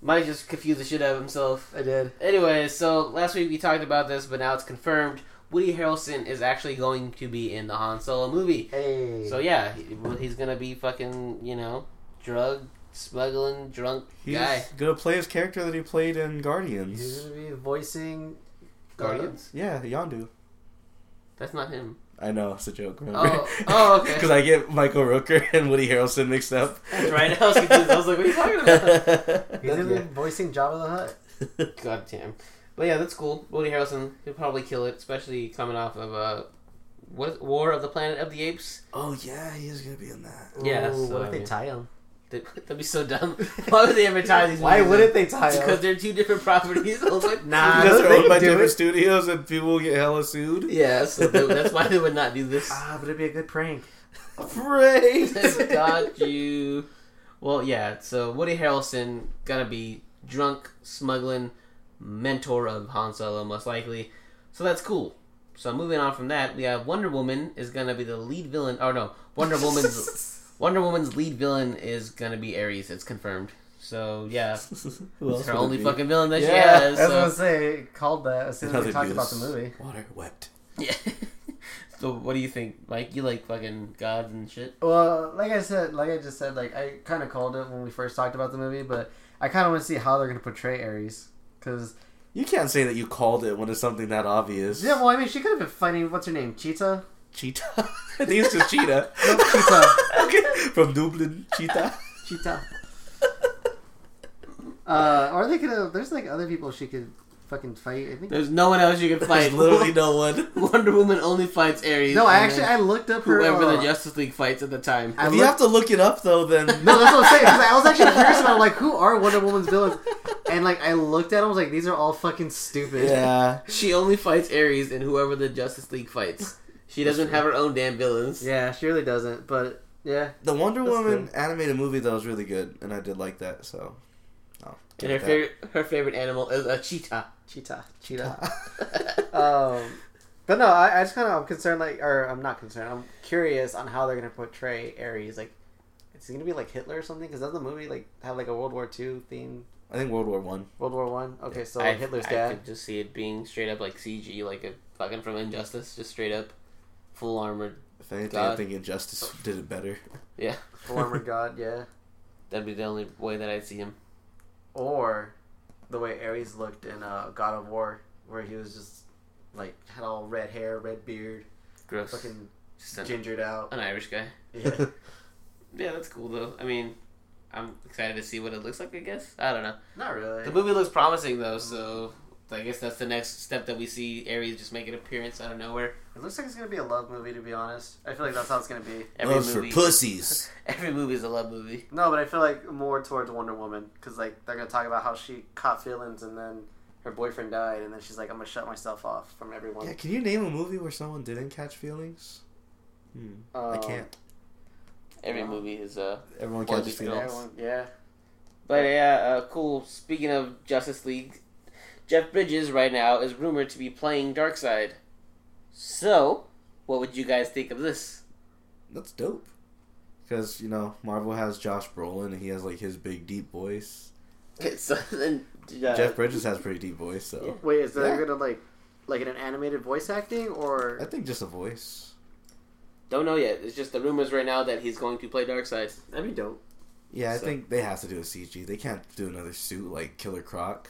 S1: Mike just confused the shit out of himself.
S2: I did.
S1: Anyway, so last week we talked about this, but now it's confirmed. Woody Harrelson is actually going to be in the Han Solo movie.
S2: Hey.
S1: So yeah, he- he's gonna be fucking you know drug smuggling drunk
S3: He's
S1: guy.
S3: gonna play his character that he played in
S2: He's
S3: Guardians.
S2: gonna be voicing.
S1: Guardians?
S3: Yeah, Yondu.
S1: That's not him.
S3: I know it's a joke.
S1: Oh, oh, okay.
S3: Because I get Michael Rooker and Woody Harrelson mixed up.
S1: That's right. I was confused. I was like, what are you talking about?
S2: He's gonna be voicing Jabba the Hutt.
S1: God damn. But yeah, that's cool. Woody Harrelson, he'll probably kill it, especially coming off of uh, what War of the Planet of the Apes.
S3: oh yeah, he is gonna be in that.
S1: Yeah,
S2: Ooh,
S1: so,
S2: what
S1: I
S2: if they
S1: mean-
S2: tie him?
S1: They- That'd be so dumb. Why would they advertise these?
S2: Why wouldn't they tie
S1: Because
S2: him?
S1: they're two different properties. I was like,
S2: Nah. I
S3: Because
S2: don't
S3: they're
S2: think
S3: owned by
S2: they do
S3: different
S2: it.
S3: studios and people get hella sued.
S1: Yeah, so they- that's why they would not do this.
S2: Ah, but it'd be a good prank.
S3: Right.
S1: Got you. Well, yeah. So Woody Harrelson gonna be drunk smuggling mentor of Han Solo, most likely. So that's cool. So moving on from that, we have Wonder Woman is gonna be the lead villain. Or no, Wonder Woman's Wonder Woman's lead villain is gonna be Ares. It's confirmed. So yeah,
S3: Who
S1: it's
S3: else
S1: her
S3: would it
S1: only
S3: be?
S1: fucking villain that
S2: Yeah,
S1: she
S2: I was
S1: has.
S2: gonna
S1: So,
S2: say called that as soon as
S3: Another
S2: we talked about the
S3: goose.
S2: movie.
S3: Water wept.
S1: yeah. so what do you think, Mike? You like fucking gods and shit?
S2: Well, like I said, like I just said, like I kind of called it when we first talked about the movie, but I kind of want to see how they're gonna portray Ares because
S3: You can't say that you called it when it's something that obvious.
S2: yeah, well, I mean, she could have been fighting what's her name, Cheetah.
S3: Cheetah. I think it's just Cheetah.
S2: No, Cheetah.
S3: okay. From Dublin, Cheetah.
S2: Cheetah. uh, or they could have. There's like other people she could fucking fight. I think.
S1: There's no one else you can fight.
S3: There's literally no one.
S1: Wonder Woman only fights Ares.
S2: No, I
S1: and
S2: actually
S1: then
S2: I looked up her.
S1: whoever
S2: uh,
S1: the Justice League fights at the time.
S2: I
S3: if you
S2: looked-
S3: have to look it up though, then
S2: No, that's what I'm saying. 'cause I was actually curious about like who are Wonder Woman's villains, and like I looked at them, I was like, these are all fucking stupid.
S3: yeah.
S1: she only fights Ares and whoever the Justice League fights. She doesn't have her own damn villains.
S2: Yeah, she really doesn't. But yeah,
S3: The Wonder
S2: That's
S3: Woman animated movie though was really good, and I did like that. So, oh,
S1: And her favorite, her favorite animal is a cheetah.
S2: Cheetah, Cheetah. um, but no, I, I just kind of I'm concerned like, or I'm not concerned. I'm curious on how they're gonna portray Ares. Like, is he gonna be like Hitler or something? Because doesn't the movie like have like a World War Two theme?
S3: I think World War One.
S2: World War One. Okay, so
S1: I,
S2: Oh, Hitler's
S1: I
S2: dad.
S1: could just see it being straight up like CG, like a fucking from Injustice, just straight up full armored.
S3: If anything, I
S1: God. Oh.
S3: think Injustice did it better.
S1: Yeah,
S2: Full armored god, yeah.
S1: that'd be the only way that I'd see him.
S2: Or the way Ares looked in uh, God of War, where he was just like had all red hair, red beard,
S1: Gross.
S2: fucking
S1: Just an,
S2: gingered out.
S1: an Irish guy.
S2: Yeah.
S1: Yeah, that's cool though. I mean, I'm excited to see what it looks like. I guess I don't know.
S2: Not really.
S1: The movie looks promising though, so I guess that's the next step that we see Aries just make an appearance out of nowhere.
S2: It looks like it's gonna be a love movie, to be honest. I feel like that's how it's gonna be.
S1: Every
S3: Loves
S1: movie,
S3: for pussies.
S1: every movie is a love movie.
S2: No, but I feel like more towards Wonder Woman because like they're gonna talk about how she caught feelings and then her boyfriend died and then she's like, I'm gonna shut myself off from everyone.
S3: Yeah, can you name a movie where someone didn't catch feelings? Hmm. I
S2: Um,
S3: can't.
S1: Every
S2: Yeah.
S1: movie is uh.
S3: Everyone
S1: Boy
S3: catches
S1: Meets
S3: feelings.
S2: Everyone, yeah.
S1: But yeah, uh, cool. Speaking of Justice League, Jeff Bridges right now is rumored to be playing Darkseid. So, what would you guys think of this?
S3: That's dope. Because you know Marvel has Josh Brolin, and he has like his big deep voice.
S1: so then, uh,
S3: Jeff Bridges has pretty deep voice, so
S2: Wait, is
S3: Yeah.
S2: they're gonna like like in an animated voice acting or?
S3: I think just a voice.
S1: don't know yet. It's just the rumors right now that he's going to play Darkseid.
S2: That'd be dope.
S3: Yeah, I
S1: So-
S3: think they have to do a CG. They can't do another suit like Killer Croc.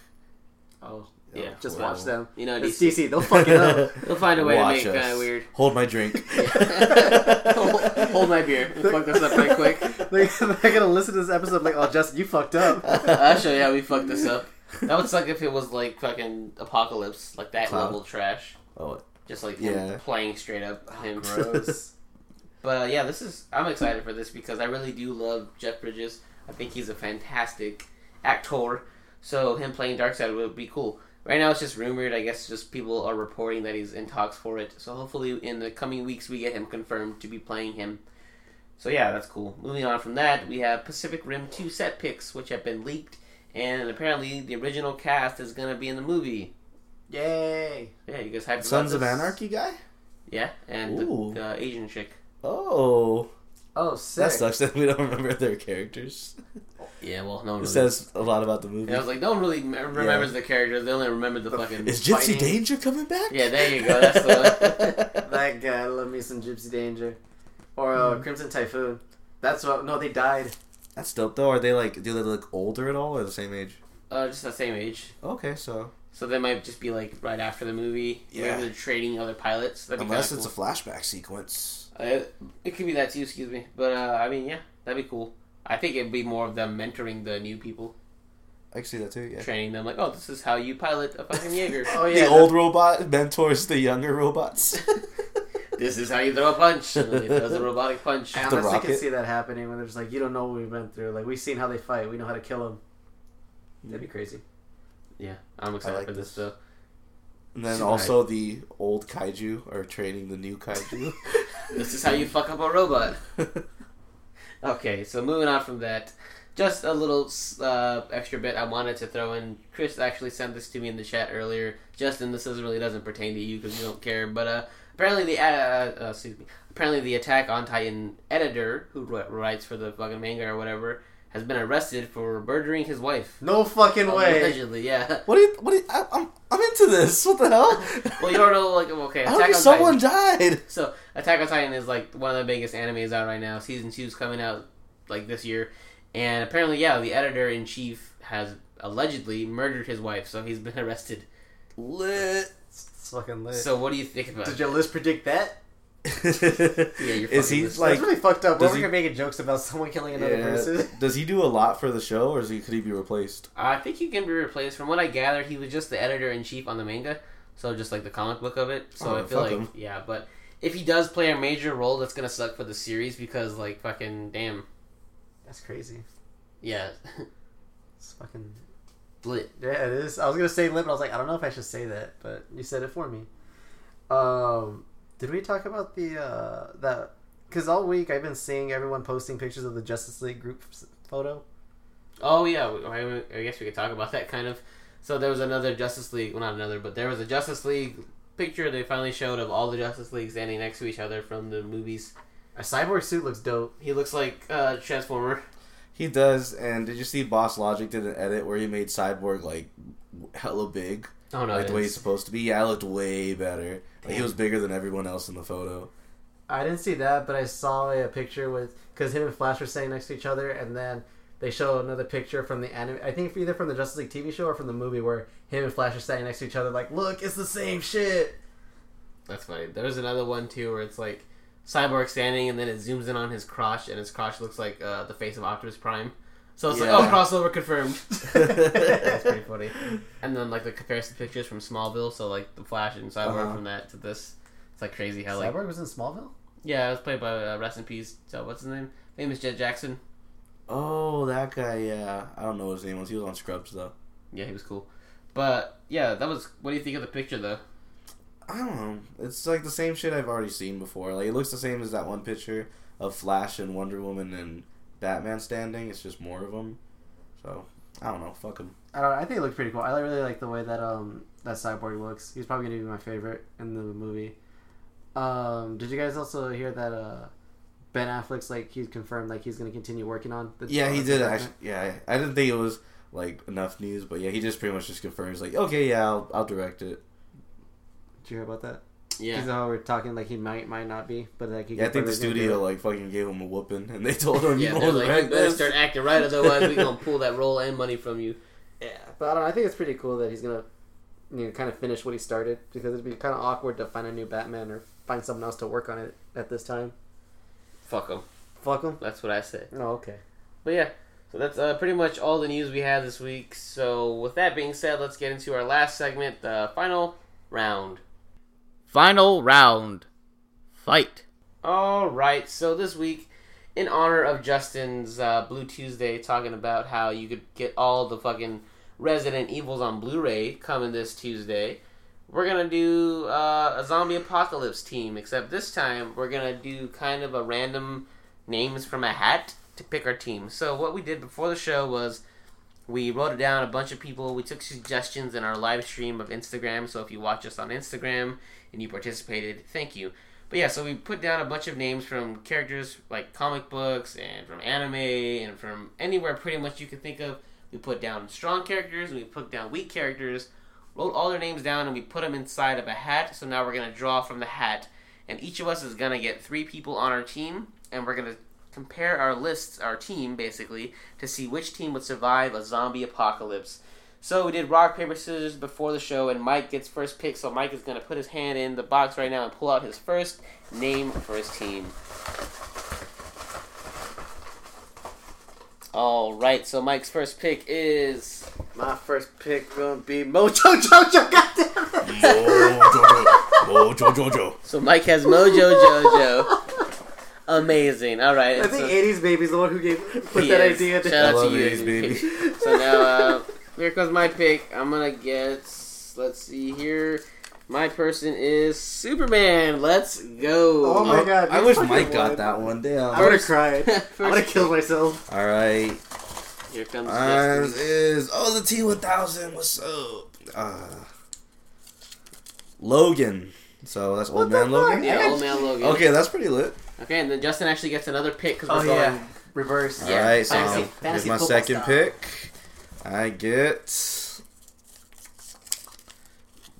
S2: Oh,
S1: Yeah,
S2: just
S3: Well,
S2: watch them.
S1: You know,
S2: It's
S1: DC.
S2: DC. They'll fuck it up.
S1: They'll find a way to
S3: Watch
S1: make it
S3: us.
S1: kind of weird.
S3: Hold my drink.
S1: hold, hold my beer. and Fuck this up right quick.
S2: They- they're gonna listen to this episode like, oh, Justin, you fucked up.
S1: I'll show you how we fucked this up. That would suck if it was like fucking apocalypse, like that
S3: Cloud.
S1: level trash.
S3: Oh,
S1: Just like him
S3: Yeah.
S1: playing straight up him.
S2: Gross.
S1: But uh, yeah, this is I'm excited for this because I really do love Jeff Bridges. I think he's a fantastic actor. So him playing Darkseid would be cool. Right now it's just rumored. I guess just people are reporting that he's in talks for it. So hopefully in the coming weeks we get him confirmed to be playing him. So yeah, that's cool. Moving on from that, we have Pacific Rim 2 set picks which have been leaked and apparently the original cast is going to be in the movie.
S2: Yay!
S1: Yeah, you guys hyped about
S3: Sons of
S1: this?
S3: Anarchy guy.
S1: Yeah, and the,
S3: Ooh.
S1: the Asian chick.
S3: Oh,
S2: Oh,
S3: that
S2: sick.
S3: sucks that we don't remember their characters.
S1: Yeah, well, no one really.
S3: It says a lot about the movie.
S1: yeah, I was like, no one really me- remembers the characters. They only remember the fucking.
S3: Is Gypsy
S1: fighting.
S3: Danger coming back?
S1: Yeah, there you go. That's the one.
S2: That guy, love me some Gypsy Danger, or uh,
S3: Hmm.
S2: Crimson Typhoon. That's what. No, they died.
S3: That's dope though. Are they like do they look older at all or the same age?
S1: Uh, just the same age.
S3: Okay, so
S1: So they might just be like right after the movie.
S3: Yeah.
S1: Maybe they're trading other pilots. That'd be
S3: unless
S1: kinda
S3: it's a flashback sequence.
S1: cool. uh, it could be that too. Excuse me, but uh, I mean, yeah, that'd be cool. I think it'd be more of them mentoring the new people,
S3: I can see that too, yeah.
S1: training them like, oh, this is how you pilot a fucking Jaeger.
S2: Oh yeah,
S3: the old robot mentors the younger robots.
S1: this is how you throw a punch. And then he throws a robotic punch.
S2: I
S3: The
S2: honestly
S3: rocket.
S2: can see that happening when they're just like, you don't know what we've been through. Like we've seen how they fight. We know how to kill them.
S3: Hmm.
S2: That'd be crazy.
S1: Yeah, I'm excited
S3: I like
S1: for this
S3: this.
S1: though.
S3: and then also the old kaiju are training the new kaiju.
S1: This is how you fuck up a robot. Okay, so moving on from that, just a little uh, extra bit I wanted to throw in. Chris actually sent this to me in the chat earlier. Justin, this doesn't really doesn't pertain to you because you don't care, but uh, apparently the uh, uh, excuse me, apparently the Attack on Titan editor who wri- writes for the fucking manga or whatever has been arrested for murdering his wife.
S2: No fucking
S3: Oh,
S2: way.
S1: Allegedly, yeah.
S3: what do you what do you, I, I'm I'm into this. What the hell?
S1: Well, you don't know, like, okay,
S3: How did
S1: Attack on
S3: someone
S1: Titan.
S3: died?
S1: So Attack on Titan is like one of the biggest animes out right now. Season two's coming out like this year, and apparently, yeah, the editor in chief has allegedly murdered his wife, so he's been arrested.
S3: Lit.
S2: It's fucking lit.
S1: So what do you think about?
S2: Did
S1: it?
S2: your list predict that?
S1: you're
S3: Is
S1: fucking
S3: he
S1: with-
S3: like
S2: That's really fucked up.
S3: does
S2: We're over
S3: he-
S2: here making jokes about someone killing another
S3: yeah,
S2: person.
S3: Does he do a lot for the show or is he could he be replaced?
S1: I think he can be replaced. From what I gather, he was just the editor in chief on the manga, so just like the comic book of it. So
S3: Oh,
S1: I feel like
S3: fuck him.
S1: yeah, but if he does play a major role, that's gonna suck for the series because like fucking damn,
S2: That's crazy.
S1: yeah,
S2: It's fucking.
S1: lit.
S2: Yeah, it is. I was gonna say lit, but I was like, I don't know if I should say that, but you said it for me. Um, did we talk about the uh that? Because all week I've been seeing everyone posting pictures of the Justice League group s- photo.
S1: Oh yeah, we- I I guess we could talk about that kind of. So there was another Justice League, well not another, but there was a Justice League picture they finally showed of all the Justice League standing next to each other from the movies.
S2: A cyborg suit looks dope.
S1: He looks like uh, Transformer.
S3: He does. And did you see Boss Logic did an edit where he made Cyborg like hella big,
S1: Oh no,
S3: like the way he's
S1: it's,
S3: supposed to be? Yeah, it looked way better. Like, he
S1: Damn.
S3: was bigger than everyone else in the photo.
S2: I didn't see that, but I saw a picture with because him and Flash were standing next to each other, and then they show another picture from the anime. I think either from the Justice League TV show or from the movie where him and Flash are standing next to each other, like, look, it's the same shit.
S1: that's funny. There's another one too where it's like Cyborg standing, and then it zooms in on his crotch, and his crotch looks like uh, the face of Optimus Prime. So it's
S3: Yeah.
S1: like, oh, crossover confirmed. That's pretty
S3: yeah,
S1: funny. And then like the comparison pictures from Smallville, so like the Flash and Cyborg
S3: Uh-huh.
S1: from that to this, it's like crazy how like
S2: Cyborg was in Smallville.
S1: Yeah, it was played by uh, Rest in Peace. Uh, what's his name? Famous Jet Jackson.
S3: Oh, that guy. Yeah, I don't know what his name was. He was on Scrubs though.
S1: Yeah, he was cool. But yeah, that was. What do you think of the picture though?
S3: I don't know. It's like the same shit I've already seen before. Like it looks the same as that one picture of Flash and Wonder Woman and Batman standing. It's just more of them. So I don't know. Fuck him.
S2: I don't know. I think it looked pretty cool. I really like the way that um that cyborg looks. He's probably gonna be my favorite in the movie. Um, did you guys also hear that uh Ben Affleck's like he's confirmed like he's gonna continue working on? The
S3: Yeah, he
S2: on
S3: did
S2: the-
S3: actually. Yeah, I didn't think it was like enough news, but yeah, he just pretty much just confirms like, okay, yeah, I'll, I'll direct it.
S2: Did you hear about that?
S1: Yeah.
S2: He's how we're talking like he might might not be, but like he
S3: Yeah, I think the
S2: confirmed he's gonna
S3: studio
S2: do it.
S3: like fucking gave him a whooping, and they told him,
S1: yeah,
S3: "You
S1: they're
S3: won't
S1: like, you
S3: direct
S1: better
S3: this."
S1: start acting right, otherwise we're gonna pull that role and money from you.
S2: Yeah, but I don't. know. I think it's pretty cool that he's gonna you know kind of finish what he started because it'd be kind of awkward to find a new Batman or find someone else to work on it at this time.
S1: Fuck them.
S2: Fuck him.
S1: That's what I say.
S2: Oh, okay.
S1: But yeah, so that's uh, pretty much all the news we had this week. So with that being said, let's get into our last segment, the final round. Final round. Fight. All right. So this week, in honor of Justin's uh, Blue Tuesday, talking about how you could get all the fucking Resident Evils on Blu-ray coming this Tuesday, we're gonna do uh, a zombie apocalypse team. Except this time, we're gonna do kind of a random names from a hat to pick our team. So what we did before the show was we wrote it down a bunch of people. We took suggestions in our live stream of Instagram. So if you watch us on Instagram and you participated, thank you. But yeah, so we put down a bunch of names from characters like comic books and from anime and from anywhere pretty much you can think of. We put down strong characters and we put down weak characters, wrote all their names down, and we put them inside of a hat. So now we're going to draw from the hat. And each of us is going to get three people on our team, and we're going to compare our lists, our team basically, to see which team would survive a zombie apocalypse. So we did rock, paper, scissors before the show, and Mike gets first pick. So Mike is going to put his hand in the box right now and pull out his first name for his team. All right, so Mike's first pick is
S2: My first pick gonna be Mojo Jojo. Goddamn it!
S3: Oh, Jojo. Mojo Jojo.
S1: so Mike has Mojo Jojo. Amazing. All right.
S2: I
S1: and
S2: think
S1: so-
S2: '80s baby's the one who gave put
S1: He
S2: that
S1: is.
S2: idea.
S1: Shout
S2: to-
S1: out
S3: I
S1: to
S3: love
S1: you.
S3: these, baby.
S1: So now, uh, here comes my pick. I'm gonna get. Let's see here. My person is Superman. Let's go.
S2: Oh my god!
S3: I
S2: you
S3: wish
S2: fucking
S3: Mike got
S2: won.
S3: that one.
S2: I
S3: Damn.
S2: would have cried. I would have
S1: First-
S2: killed myself.
S3: All right.
S1: Here comes
S3: Ours
S1: Destiny.
S3: is oh the T one thousand. What's up? Uh, Logan. So that's old man Logan.
S1: Yeah, old man Logan.
S3: Okay, that's pretty lit.
S1: Okay, and then Justin actually gets another pick because
S2: Oh
S1: we're going.
S2: yeah, reverse.
S1: Yeah,
S3: All right, so
S1: fantasy-
S3: here's
S1: fantasy
S3: my
S1: football
S3: second
S1: style.
S3: pick. I get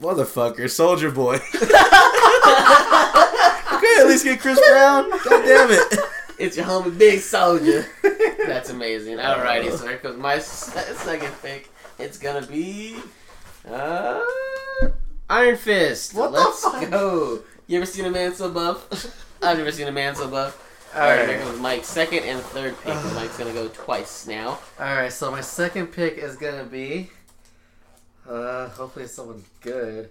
S3: motherfucker Soldier Boy. okay, at least get Chris Brown. God damn it.
S1: It's your homie Big Soldier. That's amazing. Alrighty, so here comes my se- second pick. It's gonna be uh, Iron Fist.
S2: What the
S1: Let's
S2: fuck?
S1: go. You ever seen a man so buff? I've never seen a man so buff.
S2: All
S1: Alright, here
S2: right.
S1: comes Mike's second and third pick. Mike's gonna go twice now.
S2: All right. So my second pick is gonna be. Uh, hopefully it's someone good.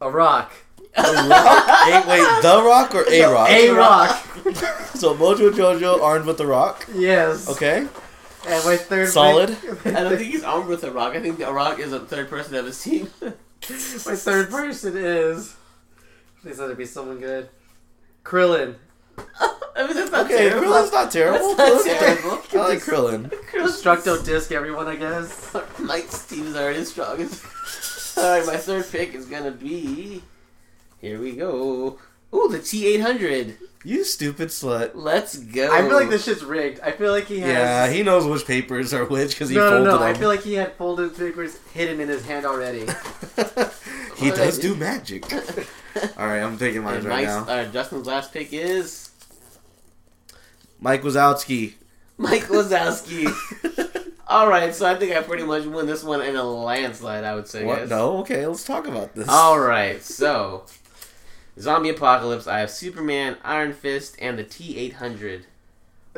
S2: A rock.
S3: Hey, wait, The Rock or A Rock?
S2: A rock.
S3: So Mojo Jojo armed with The Rock.
S2: Yes.
S3: Okay,
S2: And my third. pick-
S3: Solid.
S1: I don't think he's armed with a rock. I think the rock is the third person of his team.
S2: My third person is. Please let it be someone good. Krillin.
S1: I mean, that's not
S3: okay,
S1: terrible.
S3: Krillin's not terrible.
S1: That's not
S3: Krillin's
S1: terrible.
S3: I like Krillin.
S2: Destructo disc, everyone, I guess.
S1: Mike's team is already strong. Alright, my third pick is gonna be. Here we go. Ooh, the T eight hundred.
S3: You stupid slut.
S1: Let's go.
S2: I feel like this shit's rigged. I feel like he has.
S3: Oh. Yeah, he knows which papers are which because he
S2: no, no,
S3: folded
S2: no.
S3: them.
S2: I feel like he had folded papers hidden in his hand already.
S3: he
S1: What did I
S3: does
S1: do?
S3: do magic. All right, I'm taking mine
S1: And
S3: right
S1: Mike's,
S3: now.
S1: uh, Justin's last pick is
S3: Mike Wazowski.
S1: Mike Wazowski. All right, so I think I pretty much won this one in a landslide. I would say.
S3: What?
S1: guys.
S3: No. Okay, let's talk about this.
S1: All right, so zombie apocalypse. I have Superman, Iron Fist, and the T eight hundred.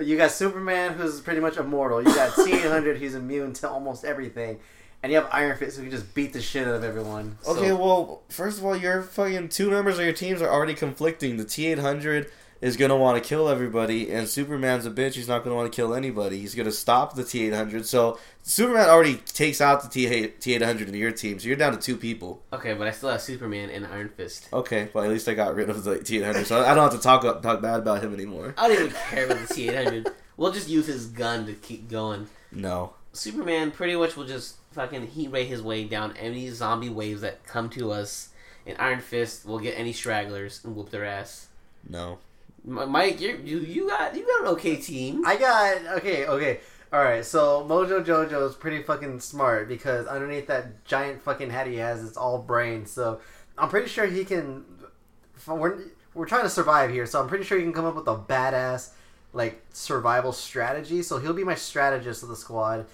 S2: you got Superman, who's pretty much immortal. You got T800, who's immune to almost everything. And you have Iron Fist, who can just beat the shit out of everyone.
S3: Okay,
S1: So-
S3: well, first of all, your fucking two members of your teams are already conflicting. The T800 is going to want to kill everybody, and Superman's a bitch. He's not going to want to kill anybody. He's going to stop the T800. So, Superman already takes out the T800 in your team, so you're down to two people.
S1: Okay, but I still have Superman and Iron Fist.
S3: Okay, well, at least I got rid of the T800, so I don't have to talk, talk bad about him anymore.
S1: I don't even care about the T eight hundred. We'll just use his gun to keep going.
S3: No.
S1: Superman pretty much will just fucking heat ray his way down any zombie waves that come to us, and Iron Fist will get any stragglers and whoop their ass.
S3: No.
S1: M- Mike, you're, you you got you got an okay team.
S2: I got okay, okay. All right, so Mojo Jojo is pretty fucking smart because underneath that giant fucking hat he has, it's all brain. So I'm pretty sure he can. We're we're trying to survive here, so I'm pretty sure he can come up with a badass like survival strategy. So he'll be my strategist of the squad.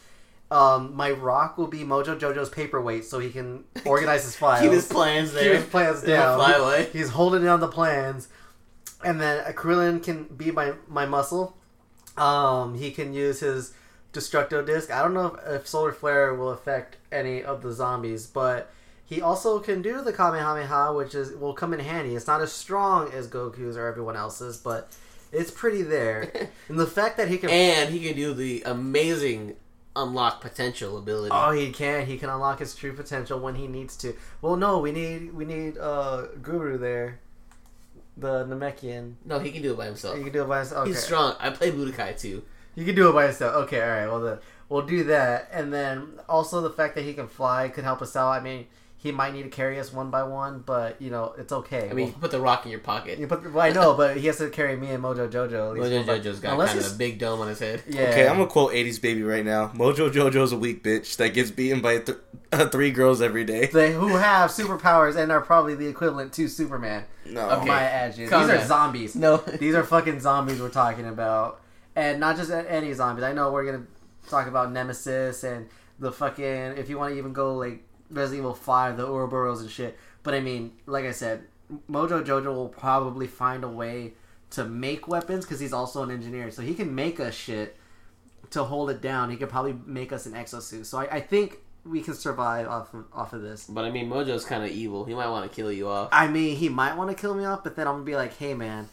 S2: Um, my rock will be Mojo Jojo's paperweight, so he can organize his files.
S1: Keep his plans
S2: Keep
S1: there.
S2: his plans
S1: Yeah,
S2: down.
S1: fly away.
S2: He's holding down the plans, and then uh, Krillin can be my my muscle. Um, he can use his destructo disc. I don't know if, if solar flare will affect any of the zombies, but he also can do the kamehameha, which is will come in handy. It's not as strong as Goku's or everyone else's, but it's pretty there. and the fact that he can
S1: and he can do the amazing unlock potential ability.
S2: Oh, he can. He can unlock his true potential when he needs to. Well, no, we need we need uh Guru there, the Namekian.
S1: no, he can do it by himself.
S2: You can do it by yourself. Okay.
S1: He's strong. I play Budokai too.
S2: You can do it by yourself. Okay, all right. Well, then we'll do that, and then also the fact that he can fly could help us out. I mean, He might need to carry us one by one, but you know it's okay.
S1: I mean, you can put the rock in your pocket.
S2: you put, well, I know, but he has to carry me and Mojo Jojo. At least
S1: Mojo
S2: one by-
S1: Jojo's got
S2: unless
S1: kind of
S2: he's-
S1: a big dome on his head.
S2: Yeah.
S3: Okay, I'm gonna quote '80s baby right now. Mojo Jojo's a weak bitch that gets beaten by th- uh, three girls every day.
S2: they who have superpowers and are probably the equivalent to Superman.
S3: No,
S2: Of my edges.
S1: Calm
S2: These are
S1: down.
S2: zombies.
S1: No.
S2: These are fucking zombies we're talking about. And not just a- any zombies. I know we're going to talk about Nemesis and the fucking. If you want to even go like Resident Evil 5, the Ouroboros and shit. But I mean, like I said, Mojo Jojo will probably find a way to make weapons because he's also an engineer. So he can make us shit to hold it down. He could probably make us an exosuit. So I, I think we can survive off of, off of this.
S1: But I mean, Mojo's kind of evil. He might want to kill you off.
S2: I mean, he might want to kill me off, but then I'm gonna be like, "Hey, man,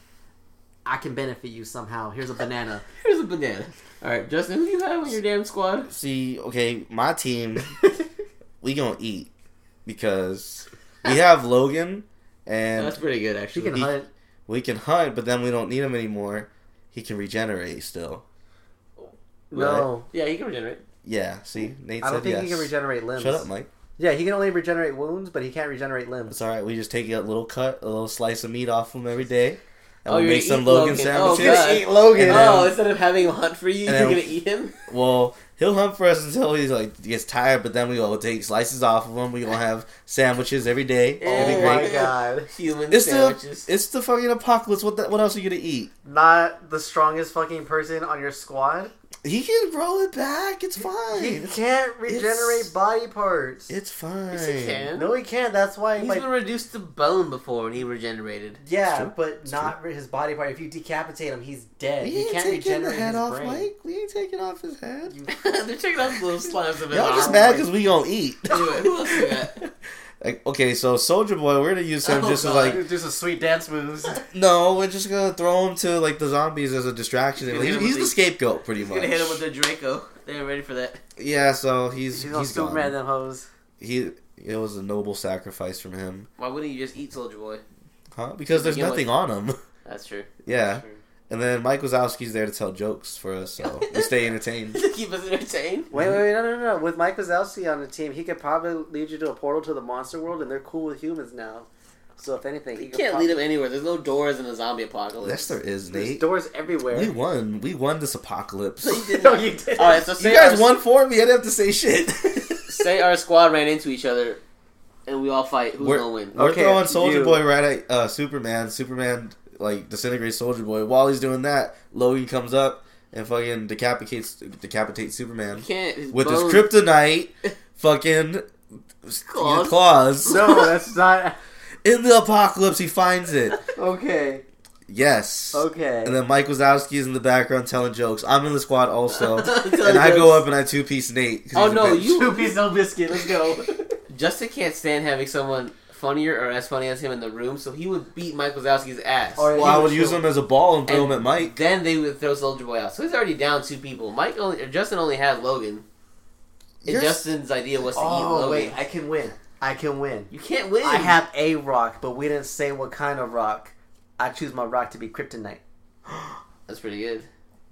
S2: I can benefit you somehow. Here's a banana."
S1: Here's a banana. All right, Justin, who do you have on your damn squad?
S3: See, okay, my team, we gonna eat because we have Logan and
S1: That's pretty good, actually.
S2: She can
S3: He-
S2: hunt.
S3: we can hunt, but then we don't need him anymore. He can regenerate still.
S2: No,
S1: Yeah, he can regenerate.
S3: Yeah, see, Nate
S2: I don't
S3: said
S2: think
S3: yes.
S2: he can regenerate limbs.
S3: Shut up, Mike.
S2: Yeah, he can only regenerate wounds, but he can't regenerate limbs.
S3: It's all right. We just take a little cut, a little slice of meat off him every day, and
S1: Oh,
S3: we
S1: you're
S3: make
S1: gonna
S3: some
S1: eat
S3: Logan,
S1: Logan. Oh,
S3: sandwiches.
S1: God.
S3: eat Logan.
S1: oh, instead of having him hunt for you,
S3: and
S1: you're
S3: then-
S1: gonna eat him.
S3: Well, he'll hunt for us until he's like gets tired, but then we will take slices off of him. We gonna have sandwiches every day. It'll
S1: Oh
S3: be
S1: my
S3: great.
S2: God,
S1: Human
S3: It's
S1: sandwiches.
S3: the it's the fucking apocalypse. What the, what else are you gonna eat?
S2: not the strongest fucking person on your squad.
S3: He can grow it back. It's fine.
S2: He can't regenerate
S3: it's-
S2: body parts.
S3: It's fine.
S1: Yes, he can.
S2: No, he can't. That's why.
S1: He's
S2: like,
S1: been reduced to bone before, and he regenerated.
S2: yeah,
S3: true.
S2: but not re- his body part. If you decapitate him, he's dead.
S3: We
S2: He
S3: ain't
S2: can't
S3: taking
S2: regenerate
S3: the head
S2: his
S3: off,
S2: brain.
S3: Mike. We ain't taking off his head.
S1: They're taking off little slabs of it.
S3: Y'all just mad because we gonna eat.
S1: Anyway, who else we got?
S3: like, okay, so Soldier Boy, we're gonna use him
S1: Oh,
S3: just
S1: God.
S3: as like
S2: Dude, Do some sweet dance moves.
S3: no, we're just gonna throw him to like the zombies as a distraction.
S1: He's
S3: He's,
S1: gonna hit him with
S3: he's the
S1: the-
S3: scapegoat, pretty
S1: Gonna
S3: much.
S1: hit him with the Draco. They're ready for that.
S3: yeah, so he's
S2: He's all
S3: he's gone.
S2: Superman them hoes.
S3: He it was a noble sacrifice from him,
S1: Why wouldn't you just eat Soldier Boy?
S3: huh? Because there's
S1: begin
S3: nothing on him.
S1: That's true.
S3: yeah,
S1: That's true.
S3: and then Mike Wazowski's there to tell jokes for us, so we stay entertained.
S1: to keep us entertained.
S2: Wait, wait, wait, no, no, no. no. With Mike Wazowski on the team, he could probably lead you to a portal to the monster world, and they're cool with humans now. So if anything, he
S1: You
S2: could
S1: can't
S2: prob-
S1: lead him anywhere. There's no doors in a zombie apocalypse.
S3: yes, there is
S2: There's
S3: Nate.
S2: doors
S3: We
S2: everywhere.
S3: won. We won this apocalypse.
S1: did
S2: No, you didn't.
S1: All right, so
S3: you
S1: say
S3: guys
S1: our,
S3: won for me. I didn't have to say shit.
S1: Say our squad ran into each other, and we all fight. Who's
S3: We're-
S1: gonna win?
S3: We're
S2: Okay,
S3: throwing Soldier
S2: you-
S3: Boy right at uh, Superman. Superman like disintegrates Soldier Boy. While he's doing that, Logan comes up and fucking decapitates decapitates Superman
S1: You can't his
S3: with
S1: bones-
S3: his kryptonite fucking claws.
S2: No, that's not
S3: In the apocalypse, he finds it.
S2: okay.
S3: Yes.
S2: Okay.
S3: And then Mike Wazowski is in the background telling jokes. I'm in the squad also, and
S1: Telling
S3: I go
S1: jokes.
S3: up and I two piece Nate. 'cause
S1: Oh
S3: he's a
S1: no,
S3: bitch.
S1: you
S2: Two piece no biscuit. Let's go.
S1: Justin can't stand having someone funnier or as funny as him in the room, so he would beat Mike Wazowski's ass.
S2: Or-
S3: Well, I would use him as a ball and throw him at Mike.
S1: Then they would throw Soldier Boy out. So he's already down two people. Mike only, or Justin only has Logan. And
S3: You're-
S1: Justin's idea was to eat
S2: Oh
S1: Logan.
S2: wait, I can win. I can win.
S1: you can't win.
S2: I have a rock, but we didn't say what kind of rock. I choose my rock to be kryptonite.
S1: That's pretty good.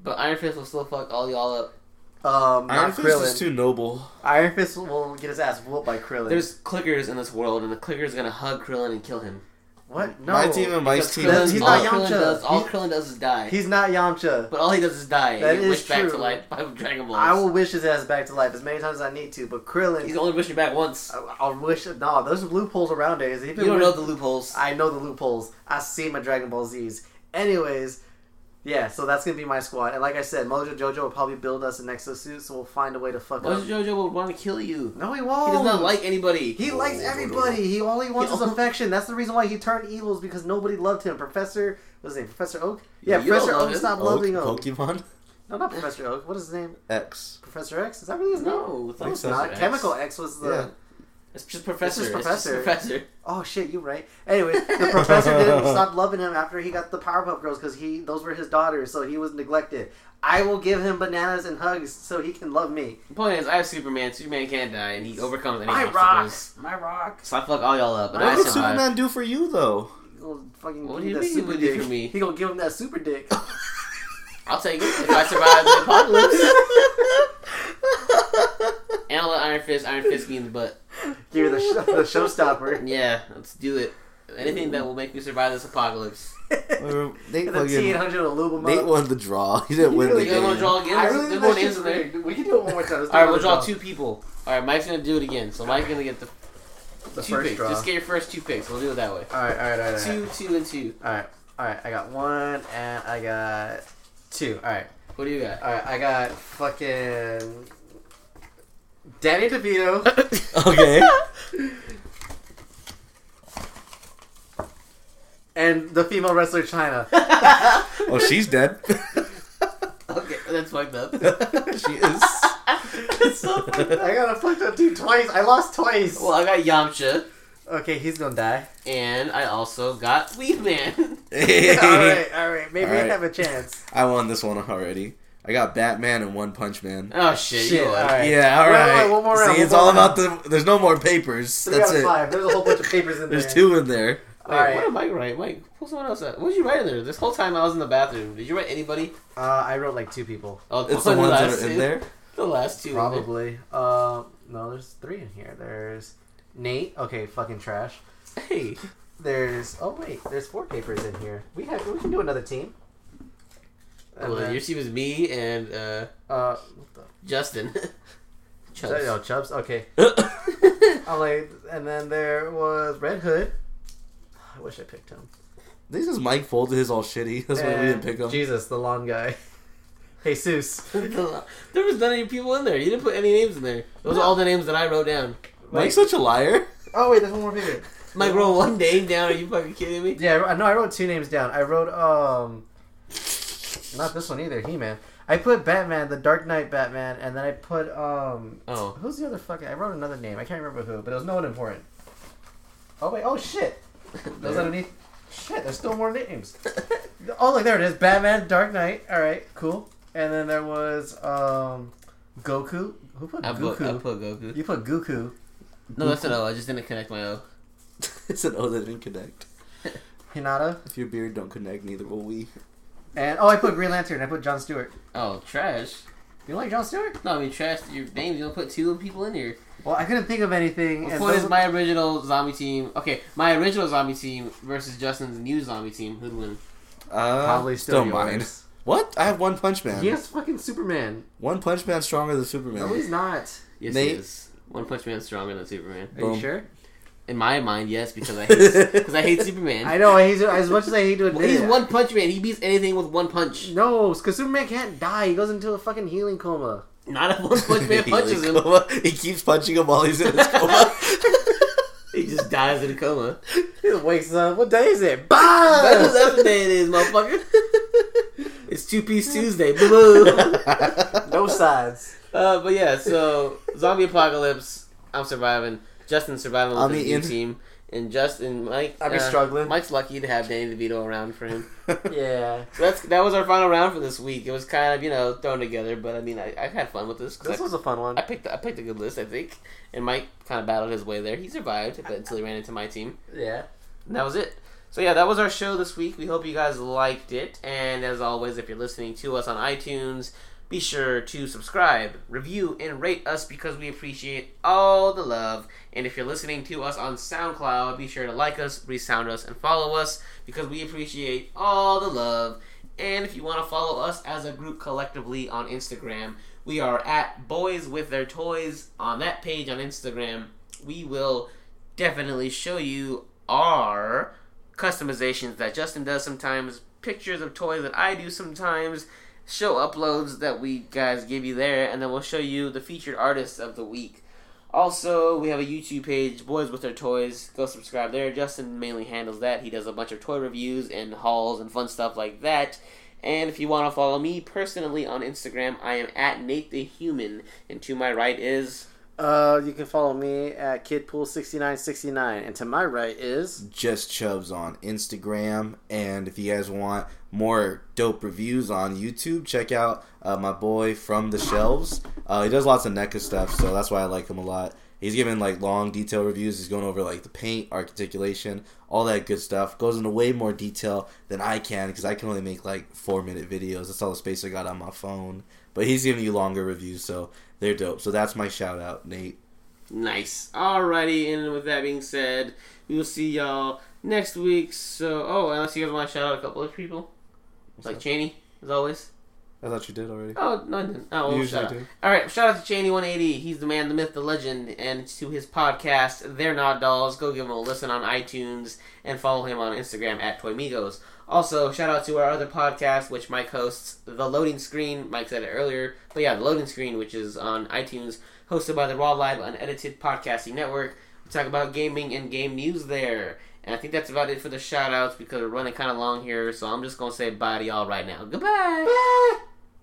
S1: But Iron Fist will still fuck all y'all up.
S2: Um, not
S3: Iron Fist
S2: Krillin.
S3: is too noble.
S2: Iron Fist will get his ass whooped by Krillin.
S1: There's clickers in this world, and the clicker's gonna hug Krillin and kill him.
S2: what? No,
S3: My team and Mike's
S1: Because
S3: team.
S1: Krillin-
S2: He's
S1: all
S2: not
S1: Krillin
S2: Yamcha.
S1: does, all
S2: He's-
S1: Krillin does is die.
S2: he's not Yamcha.
S1: but all he does is die.
S2: That
S1: and get
S2: is
S1: pushed back to
S2: true.
S1: life by Dragon Balls.
S2: I will wish his ass back to life as many times as I need to, but Krillin,
S1: He's only pushing back once.
S2: I- I'll wish. No, there's loopholes around it. Is
S1: You don't know the loopholes.
S2: I know the loopholes. I see my Dragon Ball Z's. Anyways, yeah, so that's gonna be my squad. And like I said, Mojo Jojo will probably build us an exosuit, so we'll find a way to fuck
S1: Why
S2: up.
S1: does JoJo would want to kill you?
S2: no, he won't.
S1: He does not like anybody.
S3: Oh,
S2: He likes everybody. He only wants his
S1: He-
S2: affection. That's the reason why he turned evil is because nobody loved him. Professor, what's his name? Professor Oak. Yeah,
S1: You
S2: Professor
S1: don't love
S2: Oak
S1: him.
S2: stopped
S3: Oak,
S2: loving Oak.
S3: Pokemon
S2: No, not Professor Oak. What is his name?
S3: X.
S2: Professor X. Is that really his name?
S1: No,
S3: Think
S2: It's
S3: so.
S2: not
S3: Professor X.
S2: Chemical X was the.
S3: Yeah.
S1: It's just professor. It's
S2: It's
S1: just
S2: just Professor.
S1: professor.
S2: Oh shit, you right. Anyway, the professor didn't stop loving him after he got the Powerpuff Girls because he those were his daughters, so he was neglected. I will give him bananas and hugs so he can love me.
S1: The point is, I have Superman. Superman can't die, and he overcomes any
S2: My
S1: obstacles.
S2: rocks, my rocks.
S1: So I fuck all y'all up, and I
S3: What did
S1: survive.
S3: Superman do for you though?
S2: He gonna fucking
S1: What
S2: give
S1: do
S2: him
S1: you
S2: that
S1: mean he
S2: super
S1: would do
S2: dick.
S1: for me?
S2: He gonna give him that super dick.
S1: I'll take it if I survive the apocalypse. and I'll let Iron Fist. Iron Fist means butt.
S2: You're the sh- the showstopper.
S1: Yeah, let's do it. Anything that will make me survive this apocalypse.
S3: Or they
S2: And the T eight
S3: fucking,
S2: hundred will lube him
S3: Nate
S2: up.
S3: won the draw. He didn't win the
S1: You guys want to
S3: game.
S1: draw again?
S2: I
S1: There's-
S2: really
S1: there's
S2: think
S1: more
S2: that
S1: names in
S2: shit's
S1: there.
S2: rigged. We can do it one more time. Let's do
S1: All right,
S2: another
S1: we'll draw
S2: draw.
S1: two people. All right, Mike's gonna do it again. So Mike's gonna get the,
S2: The
S1: two
S2: first
S1: picks.
S2: draw.
S1: Just get your first two picks. We'll do it that way.
S2: All right, all right, all right.
S1: Two, two, and two.
S2: All right, all right. I got one and I got two. All right,
S1: What do you got?
S2: all right. I got fucking Danny DeVito.
S3: Okay.
S2: And the female wrestler China.
S3: Oh, she's dead.
S1: Okay, that's fucked up.
S3: she is.
S2: I got a fucked up dude twice. I lost twice.
S1: well, I got Yamcha,
S2: Okay, he's gonna die.
S1: and I also got Weed Man.
S2: all right, all right. Maybe
S3: All right.
S2: I have a chance.
S3: I won this one already. I got Batman and One Punch Man.
S1: Oh shit!
S2: Shit.
S1: you
S2: All
S1: won.
S2: right.
S3: Yeah, all
S2: Wait, wait,
S3: right.
S2: wait, one more round,
S3: See,
S2: one
S3: it's
S2: more
S3: all
S2: round.
S3: about the. There's no more papers.
S2: Three
S3: That's
S2: out of
S3: it.
S2: five. There's a whole bunch of papers in
S3: There's
S2: there.
S3: two in there.
S1: Wait,
S2: All right.
S1: what am I right? Wait, pull someone else out. What did you write in there? This whole time I was in the bathroom. Did you write anybody?
S2: Uh, I wrote like two people.
S1: Oh,
S3: It's the
S1: one
S3: ones that
S1: last
S3: are
S1: two.
S3: in there.
S1: The last two. in there.
S2: Probably. Uh, no, there's three in here. There's Nate. Okay, fucking trash.
S1: Hey,
S2: There's oh wait, there's four papers in here. We have we can do another team. And
S1: well,
S2: then,
S1: your team is me and uh,
S2: uh, what the-
S1: Justin.
S2: is that-
S1: Chubbs.
S2: oh, Chubbs. Okay. I'm like, and then there was Red Hood. I wish I picked him.
S3: This is Mike folded his all shitty. That's why we
S2: And
S3: didn't pick him.
S2: Jesus, the long guy. Jesus.
S1: there was none of your people in there. You didn't put any names in there. Those are all the names that I wrote down.
S3: Mike's such a liar.
S2: Oh wait, there's one more paper.
S1: Mike wrote one name down. Are you fucking kidding me?
S2: Yeah, I know. I wrote two names down. I wrote um, not this one either. He Man. I put Batman, the Dark Knight Batman, and then I put um,
S1: Oh,
S2: who's the other fucking? I wrote another name. I can't remember who, but it was no one important. Oh wait, oh shit. Those underneath. Shit, there's still more names. oh look, there it is. Batman, Dark Knight. All right, cool. And then there was um, Goku. Who put
S1: I
S2: Goku?
S1: put, I put Goku.
S2: You put Goku.
S1: No, that's an O. I just didn't connect my O.
S3: it's an O that oh, didn't connect.
S2: Hinata.
S3: If your beard don't connect, neither will we.
S2: And oh, I put Green Lantern. I put John Stewart.
S1: Oh, trash.
S2: You like John Stewart?
S1: No, I mean trash. Your names. You don't put two people in here.
S2: Well, I couldn't think of anything.
S1: What
S2: and
S1: point
S2: those-
S1: is my original zombie team? Okay, my original zombie team versus Justin's new zombie team. Who'd win?
S3: Uh,
S2: Probably still
S3: don't mind.
S2: yours.
S3: What? I have One Punch Man.
S2: He has fucking Superman.
S3: One Punch Man stronger than Superman.
S2: No, he's not.
S1: Yes,
S3: Nate?
S1: it is. One Punch Man's stronger than Superman.
S2: Are
S3: Boom.
S2: you sure?
S1: In my mind, yes, because I hate because I hate Superman.
S2: I know. He's as much as I hate to admit
S1: Well, he's
S2: it.
S1: One Punch Man. He beats anything with one punch.
S2: No, because Superman can't die. He goes into a fucking healing coma.
S1: Not if One Punch Man punches him.
S3: Coma. He keeps punching him while he's in his coma.
S1: He just dies in a coma.
S2: He wakes up. Uh, What day is
S1: That's
S2: it? Bah!
S1: what day it is, motherfucker. It's Two Piece Tuesday. Boo boo.
S2: no sides.
S1: Uh, but yeah, so zombie apocalypse. I'm surviving. Justin's surviving with
S3: I'm
S1: his
S3: eating.
S1: new team, and Justin Mike.
S2: I'll be
S1: uh,
S2: struggling.
S1: Mike's lucky to have Danny DeVito around for him.
S2: Yeah.
S1: So that's that was our final round for this week. It was kind of you know thrown together, but I mean I, I had fun with this. 'cause
S2: This
S1: I,
S2: was a fun one.
S1: I picked I picked a good list I think, and Mike kind of battled his way there. He survived, but until he ran into my team.
S2: Yeah.
S1: And that was it. So yeah, that was our show this week. We hope you guys liked it. And as always, if you're listening to us on iTunes, be sure to subscribe, review, and rate us because we appreciate all the love. And if you're listening to us on SoundCloud, be sure to like us, resound us, and follow us because we appreciate all the love. And if you want to follow us as a group collectively on Instagram, we are at Boys With Their Toys on that page on Instagram. We will definitely show you our customizations that Justin does sometimes, pictures of toys that I do sometimes, show uploads that we guys give you there, and then we'll show you the featured artists of the week. Also, we have a YouTube page, Boys with Their Toys. Go subscribe there. Justin mainly handles that. He does a bunch of toy reviews and hauls and fun stuff like that. And if you want to follow me personally on Instagram, I am at Nate the Human, and to my right is
S2: Uh, you can follow me at kidpool6969, and to my right is
S3: Just Chubbs on Instagram. And if you guys want more dope reviews on YouTube, check out uh, my boy From the Shelves. Uh, he does lots of NECA stuff, so that's why I like him a lot. He's giving like long detailed reviews. He's going over like the paint, articulation, all that good stuff. Goes into way more detail than I can because I can only make like four minute videos. That's all the space I got on my phone. But he's giving you longer reviews, so they're dope. So that's my shout out, Nate.
S1: Nice. Alrighty, and with that being said, we will see y'all next week. So, oh, unless you guys want to shout out a couple of people, like Cheney, as always.
S3: I thought you did already.
S1: Oh no, no, no well,
S3: usually
S1: shout out.
S3: do.
S1: All right, shout out to Cheney180. He's the man, the myth, the legend, and to his podcast, They're Not Dolls. Go give him a listen on iTunes and follow him on Instagram at Toymigos. Also, shout out to our other podcast, which Mike hosts, The Loading Screen. Mike said it earlier, but yeah, The Loading Screen, which is on iTunes, hosted by the Raw Live Unedited Podcasting Network. We talk about gaming and game news there. And I think that's about it for the shout outs because we're running kind of long here, so I'm just going to say bye to y'all right now. Goodbye!